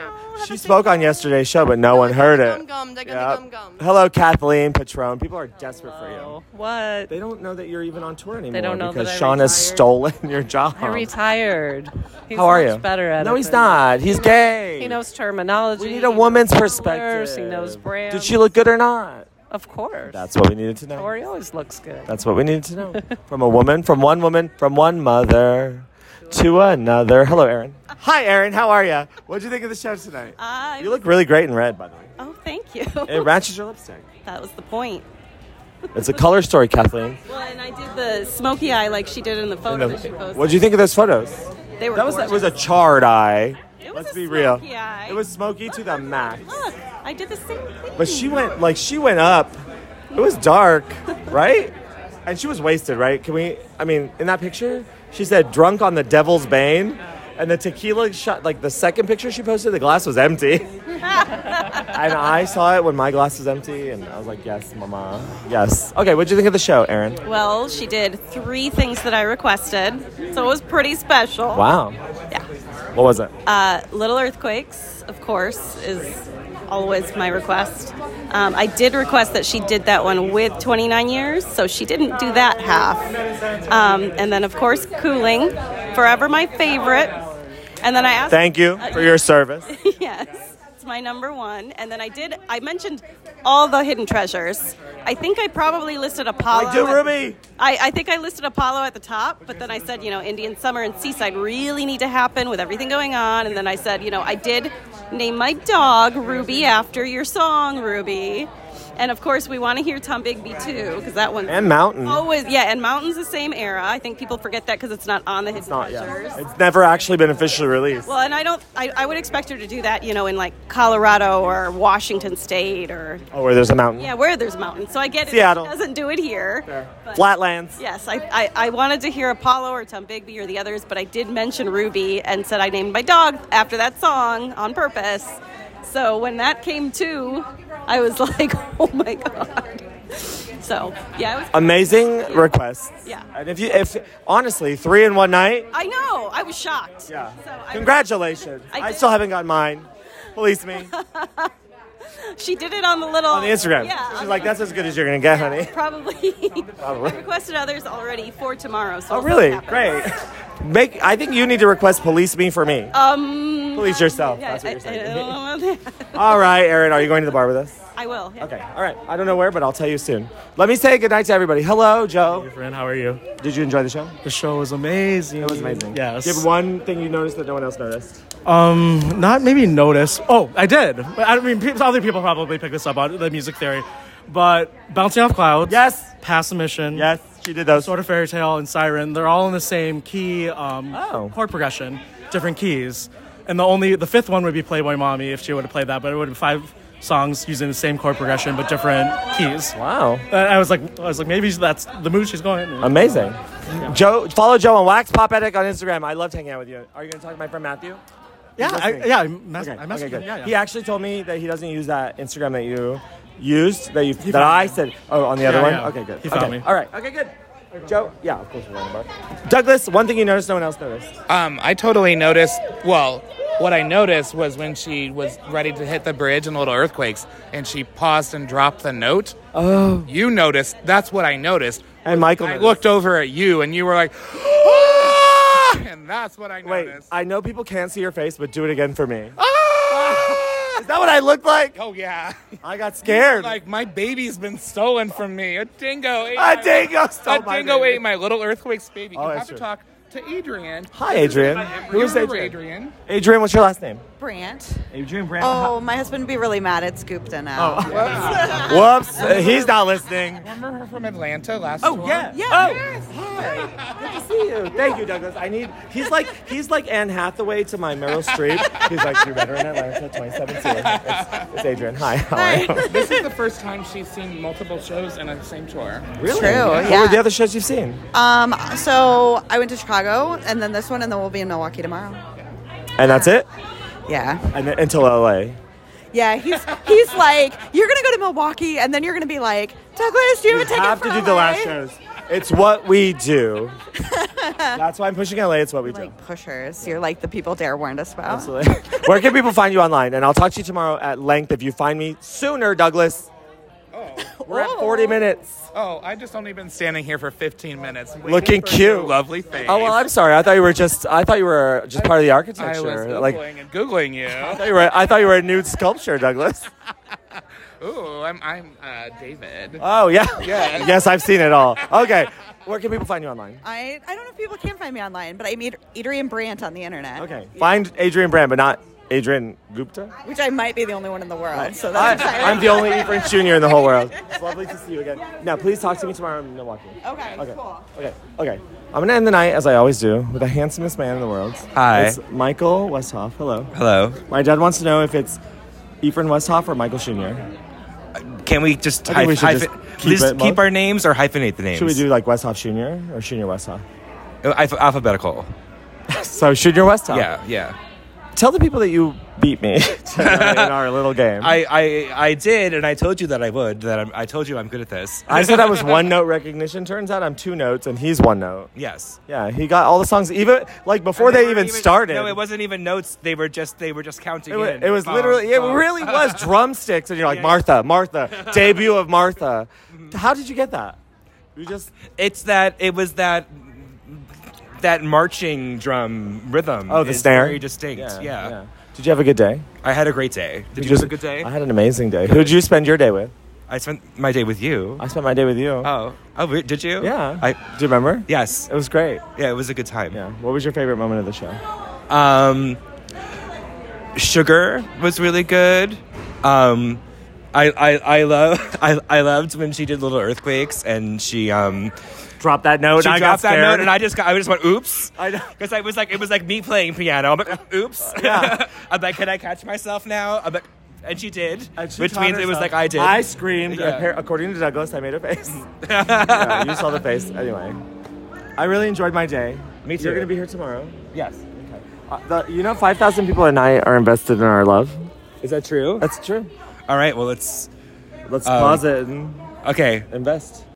Speaker 1: She spoke on yesterday's show, but no one heard it.
Speaker 17: Gum,
Speaker 1: Yep. Hello, Kathleen Patron. People are desperate for you.
Speaker 4: What?
Speaker 1: They don't know that you're even on tour anymore.
Speaker 4: They don't know
Speaker 1: because
Speaker 4: that I
Speaker 1: Sean has stolen your job.
Speaker 4: I retired. He's
Speaker 1: How are
Speaker 4: much
Speaker 1: you?
Speaker 4: Better at
Speaker 1: No,
Speaker 4: it
Speaker 1: he's
Speaker 4: than-
Speaker 1: not. He's gay.
Speaker 4: He knows terminology.
Speaker 1: We need a woman's perspective.
Speaker 4: He knows brands.
Speaker 1: Did she look good or not?
Speaker 4: Of course.
Speaker 1: That's what we needed to know.
Speaker 4: Tori always looks good.
Speaker 1: That's what we needed to know. from a woman, from one woman, from one mother to another. Hello, Erin. Hi, Erin. How are you? What did you think of the show tonight?
Speaker 18: I
Speaker 1: You look really great in red, by the way.
Speaker 18: Oh, thank you.
Speaker 1: It ratchets your lipstick.
Speaker 18: That was the point.
Speaker 1: It's a color story, Kathleen.
Speaker 18: Well, and I did the smoky eye like she did in the photo
Speaker 1: And
Speaker 18: that she
Speaker 1: the-
Speaker 18: posted.
Speaker 1: what did you think of those photos?
Speaker 18: They were
Speaker 1: that was that
Speaker 18: gorgeous.
Speaker 1: was a charred eye.
Speaker 18: It was
Speaker 1: Let's
Speaker 18: a
Speaker 1: be real.
Speaker 18: smoky eye.
Speaker 1: It was smoky to the max.
Speaker 18: Look, I did the same thing.
Speaker 1: But she went like she went up. It was dark, right? And she was wasted, right? Can we? I mean, in that picture, she said drunk on the devil's bane. And the tequila shot, like the second picture she posted, the glass was empty. and I saw it when my glass was empty, and I was like, yes, mama. Yes. Okay, what'd you think of the show, Erin?
Speaker 18: Well, she did three things that I requested, so it was pretty special.
Speaker 1: Wow.
Speaker 18: Yeah.
Speaker 1: What was it?
Speaker 18: Uh, Little Earthquakes, of course, is always my request. Um, I did request that she did that one with 29 years, so she didn't do that half. Um, and then, of course, Cooling, forever my favorite. And then I asked.
Speaker 1: Thank you
Speaker 18: Uh,
Speaker 1: for your service.
Speaker 18: yes, it's my number one. And then I did. I mentioned all the hidden treasures. I think I probably listed Apollo.
Speaker 1: Like, do
Speaker 18: at-
Speaker 1: Ruby!
Speaker 18: I, I think I listed Apollo at the top, but then I said, you know, Indian Summer and Seaside really need to happen with everything going on. And then I said, you know, I did name my dog Ruby after your song, Ruby. And of course, we want to hear Tom Bigby too, because that one
Speaker 1: And Mountain.
Speaker 18: always yeah, and Mountain's the same era. I think people forget that because it's not on the Hidden
Speaker 1: not yet.
Speaker 18: Treasures.
Speaker 1: It's never actually been officially released.
Speaker 18: Well, and I don't. I, I would expect her to do that, you know, in like Colorado or Washington State or.
Speaker 1: Oh, where there's a mountain.
Speaker 18: Yeah, where there's mountains. So I get it.
Speaker 1: Seattle.
Speaker 18: She doesn't do it here. but-
Speaker 1: Flatlands.
Speaker 18: Yes, I, I, I wanted to hear Apollo or Tom Bigby or the others, but I did mention Ruby and said I named my dog after that song on purpose. So when that came to, I was like, oh my god. So yeah, it was.
Speaker 1: Amazing requests.
Speaker 18: Yeah.
Speaker 1: And if you, if honestly, three in one night,
Speaker 18: I know. I was shocked. Yeah.
Speaker 1: congratulations.
Speaker 18: I
Speaker 1: I,
Speaker 18: did-
Speaker 1: still haven't gotten mine. Police me.
Speaker 18: she did it on the little
Speaker 1: On the Instagram.
Speaker 18: Yeah.
Speaker 1: She's
Speaker 18: on
Speaker 1: like,
Speaker 18: the-
Speaker 1: that's as good as you're going to get, honey.
Speaker 18: Probably.
Speaker 1: Probably.
Speaker 18: I requested others already for tomorrow. So
Speaker 1: Oh,
Speaker 18: we'll see
Speaker 1: really?
Speaker 18: what happens.
Speaker 1: Great. Make. I think you need to request police me for me.
Speaker 18: Um.
Speaker 1: Police yourself.
Speaker 18: yeah,
Speaker 1: That's what you're
Speaker 18: I- I
Speaker 1: saying.
Speaker 18: don't know about that.
Speaker 1: All right, Erin, are you going to the bar with us?
Speaker 18: I will. yeah.
Speaker 1: Okay. All right. I don't know where, but I'll tell you soon. Let me say goodnight to everybody. Hello, Joe. Hey,
Speaker 19: friend. How are you?
Speaker 1: Did you enjoy the show?
Speaker 19: The show was amazing.
Speaker 1: It was amazing.
Speaker 19: Yes.
Speaker 1: Give one thing you noticed that no one else noticed.
Speaker 19: Um, not maybe notice. Oh, I did. But I mean, pe- other people probably picked this up on the music theory, but bouncing off clouds.
Speaker 1: Yes.
Speaker 19: Past the mission.
Speaker 1: Yes, she did those.
Speaker 19: Sort of fairy tale and siren. They're all in the same key. Um,
Speaker 1: Oh.
Speaker 19: Chord progression, different keys, and the only the fifth one would be Playboy Mommy if she would have played that, but it would have five songs using the same chord progression but different keys. Uh,
Speaker 1: Wow.
Speaker 19: I was like, I was like, maybe that's the mood she's going. in.
Speaker 1: Amazing. Joe, follow Joe on Wax Pop Addict on Instagram. I loved hanging out with you. Are you going to talk to my friend Matthew?
Speaker 19: Yeah,
Speaker 1: He's
Speaker 19: I-
Speaker 1: listening.
Speaker 19: yeah, I mess- I messaged him.
Speaker 1: good.
Speaker 19: Yeah, yeah.
Speaker 1: He actually told me that he doesn't use that Instagram that you used that you
Speaker 19: He
Speaker 1: that
Speaker 19: found
Speaker 1: I
Speaker 19: me.
Speaker 1: said. Oh, on the other
Speaker 19: Yeah,
Speaker 1: one.
Speaker 19: yeah.
Speaker 1: Okay, good.
Speaker 19: He found
Speaker 1: okay.
Speaker 19: me.
Speaker 1: All right. Okay, good. Joe. Yeah, of course we're on the bar. Douglas, one thing you noticed, no one else noticed.
Speaker 20: Um, I totally noticed. Well, what I noticed was when she was ready to hit the bridge in Little Earthquakes, and she paused and dropped the note.
Speaker 1: Oh.
Speaker 20: You noticed. That's what I noticed.
Speaker 1: And Michael
Speaker 20: I
Speaker 1: noticed.
Speaker 20: looked over at you, and you were like, "Ah!" and that's what I
Speaker 1: noticed. Wait, I know people can't see your face, but do it again for me.
Speaker 20: Ah!
Speaker 1: Is that what I looked like?
Speaker 20: Oh yeah.
Speaker 1: I got scared.
Speaker 20: Like my baby's been stolen from me. A dingo. Ate
Speaker 1: A
Speaker 20: my-
Speaker 1: dingo stole
Speaker 20: A
Speaker 1: my
Speaker 20: dingo
Speaker 1: baby.
Speaker 20: ate my Little Earthquakes baby.
Speaker 1: Oh,
Speaker 20: you
Speaker 1: that's
Speaker 20: have to
Speaker 1: true.
Speaker 20: talk to Adrian.
Speaker 1: Hi, Adrian. Who is
Speaker 20: Remember
Speaker 1: Adrian?
Speaker 20: Adrian.
Speaker 1: Adrian, what's your last name?
Speaker 21: Brant.
Speaker 1: Adrian Brand.
Speaker 21: Oh, my husband would be really mad at uh, Scoopta now.
Speaker 1: Oh. Whoops, uh, he's not listening.
Speaker 20: Remember her from Atlanta last
Speaker 1: Oh,
Speaker 20: tour?
Speaker 1: yeah.
Speaker 21: Yeah.
Speaker 1: Oh, hi. Good to see you. Thank you, Douglas. I need. He's like he's like Anne Hathaway to my Meryl Streep. He's like you're better in Atlanta 2017. It's, it's Adrian. Hi. How are you?
Speaker 20: this is the first time she's seen multiple shows in the same tour.
Speaker 1: Really?
Speaker 21: True,
Speaker 1: What
Speaker 21: yeah.
Speaker 1: were the other shows you've seen?
Speaker 21: Um, so I went to Chicago, and then this one, and then we'll be in Milwaukee tomorrow.
Speaker 1: And that's it.
Speaker 21: Yeah.
Speaker 1: And then until LA.
Speaker 21: Yeah, he's he's like, you're gonna go to Milwaukee, and then you're gonna be like, Douglas, do you have a ticket
Speaker 1: have
Speaker 21: for
Speaker 1: to do the
Speaker 21: LA?"
Speaker 1: last shows. It's what we do. That's why I'm pushing LA. It's what we do.
Speaker 21: Pushers, you're like the people Dare warned us about.
Speaker 1: Absolutely. Where can people find you online? And I'll talk to you tomorrow at length if you find me sooner, Douglas. We're at 40 minutes.
Speaker 20: Oh, I've just only been standing here for 15 minutes. waiting
Speaker 1: Looking
Speaker 20: for
Speaker 1: cute.
Speaker 20: your Lovely face.
Speaker 1: Oh well, I'm sorry. I thought you were just. I thought you were just part of the
Speaker 20: I was
Speaker 1: architecture.
Speaker 20: Googling
Speaker 1: like
Speaker 20: and Googling you.
Speaker 1: I thought you were. I thought you were a nude sculpture, Douglas.
Speaker 20: Ooh, I'm, I'm uh, David.
Speaker 1: Oh yeah.
Speaker 20: Yeah.
Speaker 1: yes, I've seen it all. Okay. Where can people find you online?
Speaker 21: I, I don't know if people can find me online, but I'm Ad- Adrian Brandt on the internet. Okay.
Speaker 1: Find Adrian Brand, but not Adrian Gupta.
Speaker 21: Which I might be the only one in the world. So
Speaker 1: I,
Speaker 21: that's exciting.
Speaker 1: I'm the only E. French Jr. in the whole world. It's lovely to see you again. Now, please talk to me tomorrow in Milwaukee.
Speaker 21: Okay,
Speaker 1: Okay.
Speaker 21: cool.
Speaker 1: Okay. Okay. I'm gonna end the night as I always do with the handsomest man in the world.
Speaker 22: Hi.
Speaker 1: It's Michael Westhoff. Hello.
Speaker 22: Hello.
Speaker 1: My dad wants to know if it's Ephraim Westhoff or Michael Jr.
Speaker 22: Can we just,
Speaker 1: I think
Speaker 22: hyphen?
Speaker 1: we should just keep
Speaker 22: keep,
Speaker 1: it
Speaker 22: keep
Speaker 1: mo-
Speaker 22: our names or hyphenate the names?
Speaker 1: Should we do like Westhoff Jr. or Jr. Westhoff?
Speaker 22: Alph- alphabetical?
Speaker 1: So should your West Town.
Speaker 22: Yeah, yeah.
Speaker 1: Tell the people that you beat me tonight in our little game.
Speaker 22: I, I I did, and I told you that I would. That I'm, I told you I'm good at this.
Speaker 1: I said I was one note recognition. Turns out I'm two notes, and he's one note.
Speaker 22: Yes.
Speaker 1: Yeah, he got all the songs even like before
Speaker 22: And
Speaker 1: they,
Speaker 22: weren't
Speaker 1: even started.
Speaker 22: No, it wasn't even notes. They were just they were just counting
Speaker 1: It wa-
Speaker 22: in. Um,
Speaker 1: it was
Speaker 22: Bum,
Speaker 1: literally, it
Speaker 22: bum.
Speaker 1: really was drumsticks, and you're like, Martha, Martha, debut of Martha. How did you get that? You just
Speaker 22: um, It's that it was that that marching drum rhythm.
Speaker 1: Oh, the
Speaker 22: is
Speaker 1: snare?
Speaker 22: Very distinct.
Speaker 1: Yeah,
Speaker 22: Yeah,
Speaker 1: yeah. Did you have a good day?
Speaker 22: I had a great day. Did you,
Speaker 1: just-
Speaker 22: have a good day?
Speaker 1: I had an amazing day. Who did you spend your day with?
Speaker 22: I spent my day with you.
Speaker 1: I spent my day with you.
Speaker 22: Oh, oh, re- did you?
Speaker 1: Yeah.
Speaker 22: I, do
Speaker 1: you remember?
Speaker 22: Yes.
Speaker 1: It was great.
Speaker 22: Yeah, it was a good time.
Speaker 1: Yeah. What was your favorite moment of the show?
Speaker 22: Um, sugar was really good. Um, I, I, I love I, I loved when she did little earthquakes and she um
Speaker 1: dropped that note.
Speaker 22: She
Speaker 1: and I got
Speaker 22: dropped that
Speaker 1: scared.
Speaker 22: note and I just got I just went oops.
Speaker 1: I know
Speaker 22: because I was like it was like me playing piano. I'm like oops. Yeah. I'm like can I catch myself now? I'm like and she did,
Speaker 1: She
Speaker 22: which
Speaker 1: taught
Speaker 22: means it was
Speaker 1: herself.
Speaker 22: like I did.
Speaker 1: I screamed.
Speaker 22: Yeah.
Speaker 1: Appar- According to Douglas, I made a face. yeah, you saw the face. Anyway, I really enjoyed my day.
Speaker 22: Me
Speaker 1: You're
Speaker 22: too.
Speaker 1: gonna be here tomorrow.
Speaker 22: Yes.
Speaker 1: Uh, the, you know, five thousand people a night are invested in our love.
Speaker 22: Is that true?
Speaker 1: That's true.
Speaker 22: All right. Well, let's
Speaker 1: Let's
Speaker 22: um,
Speaker 1: pause it and
Speaker 22: Okay.
Speaker 1: invest.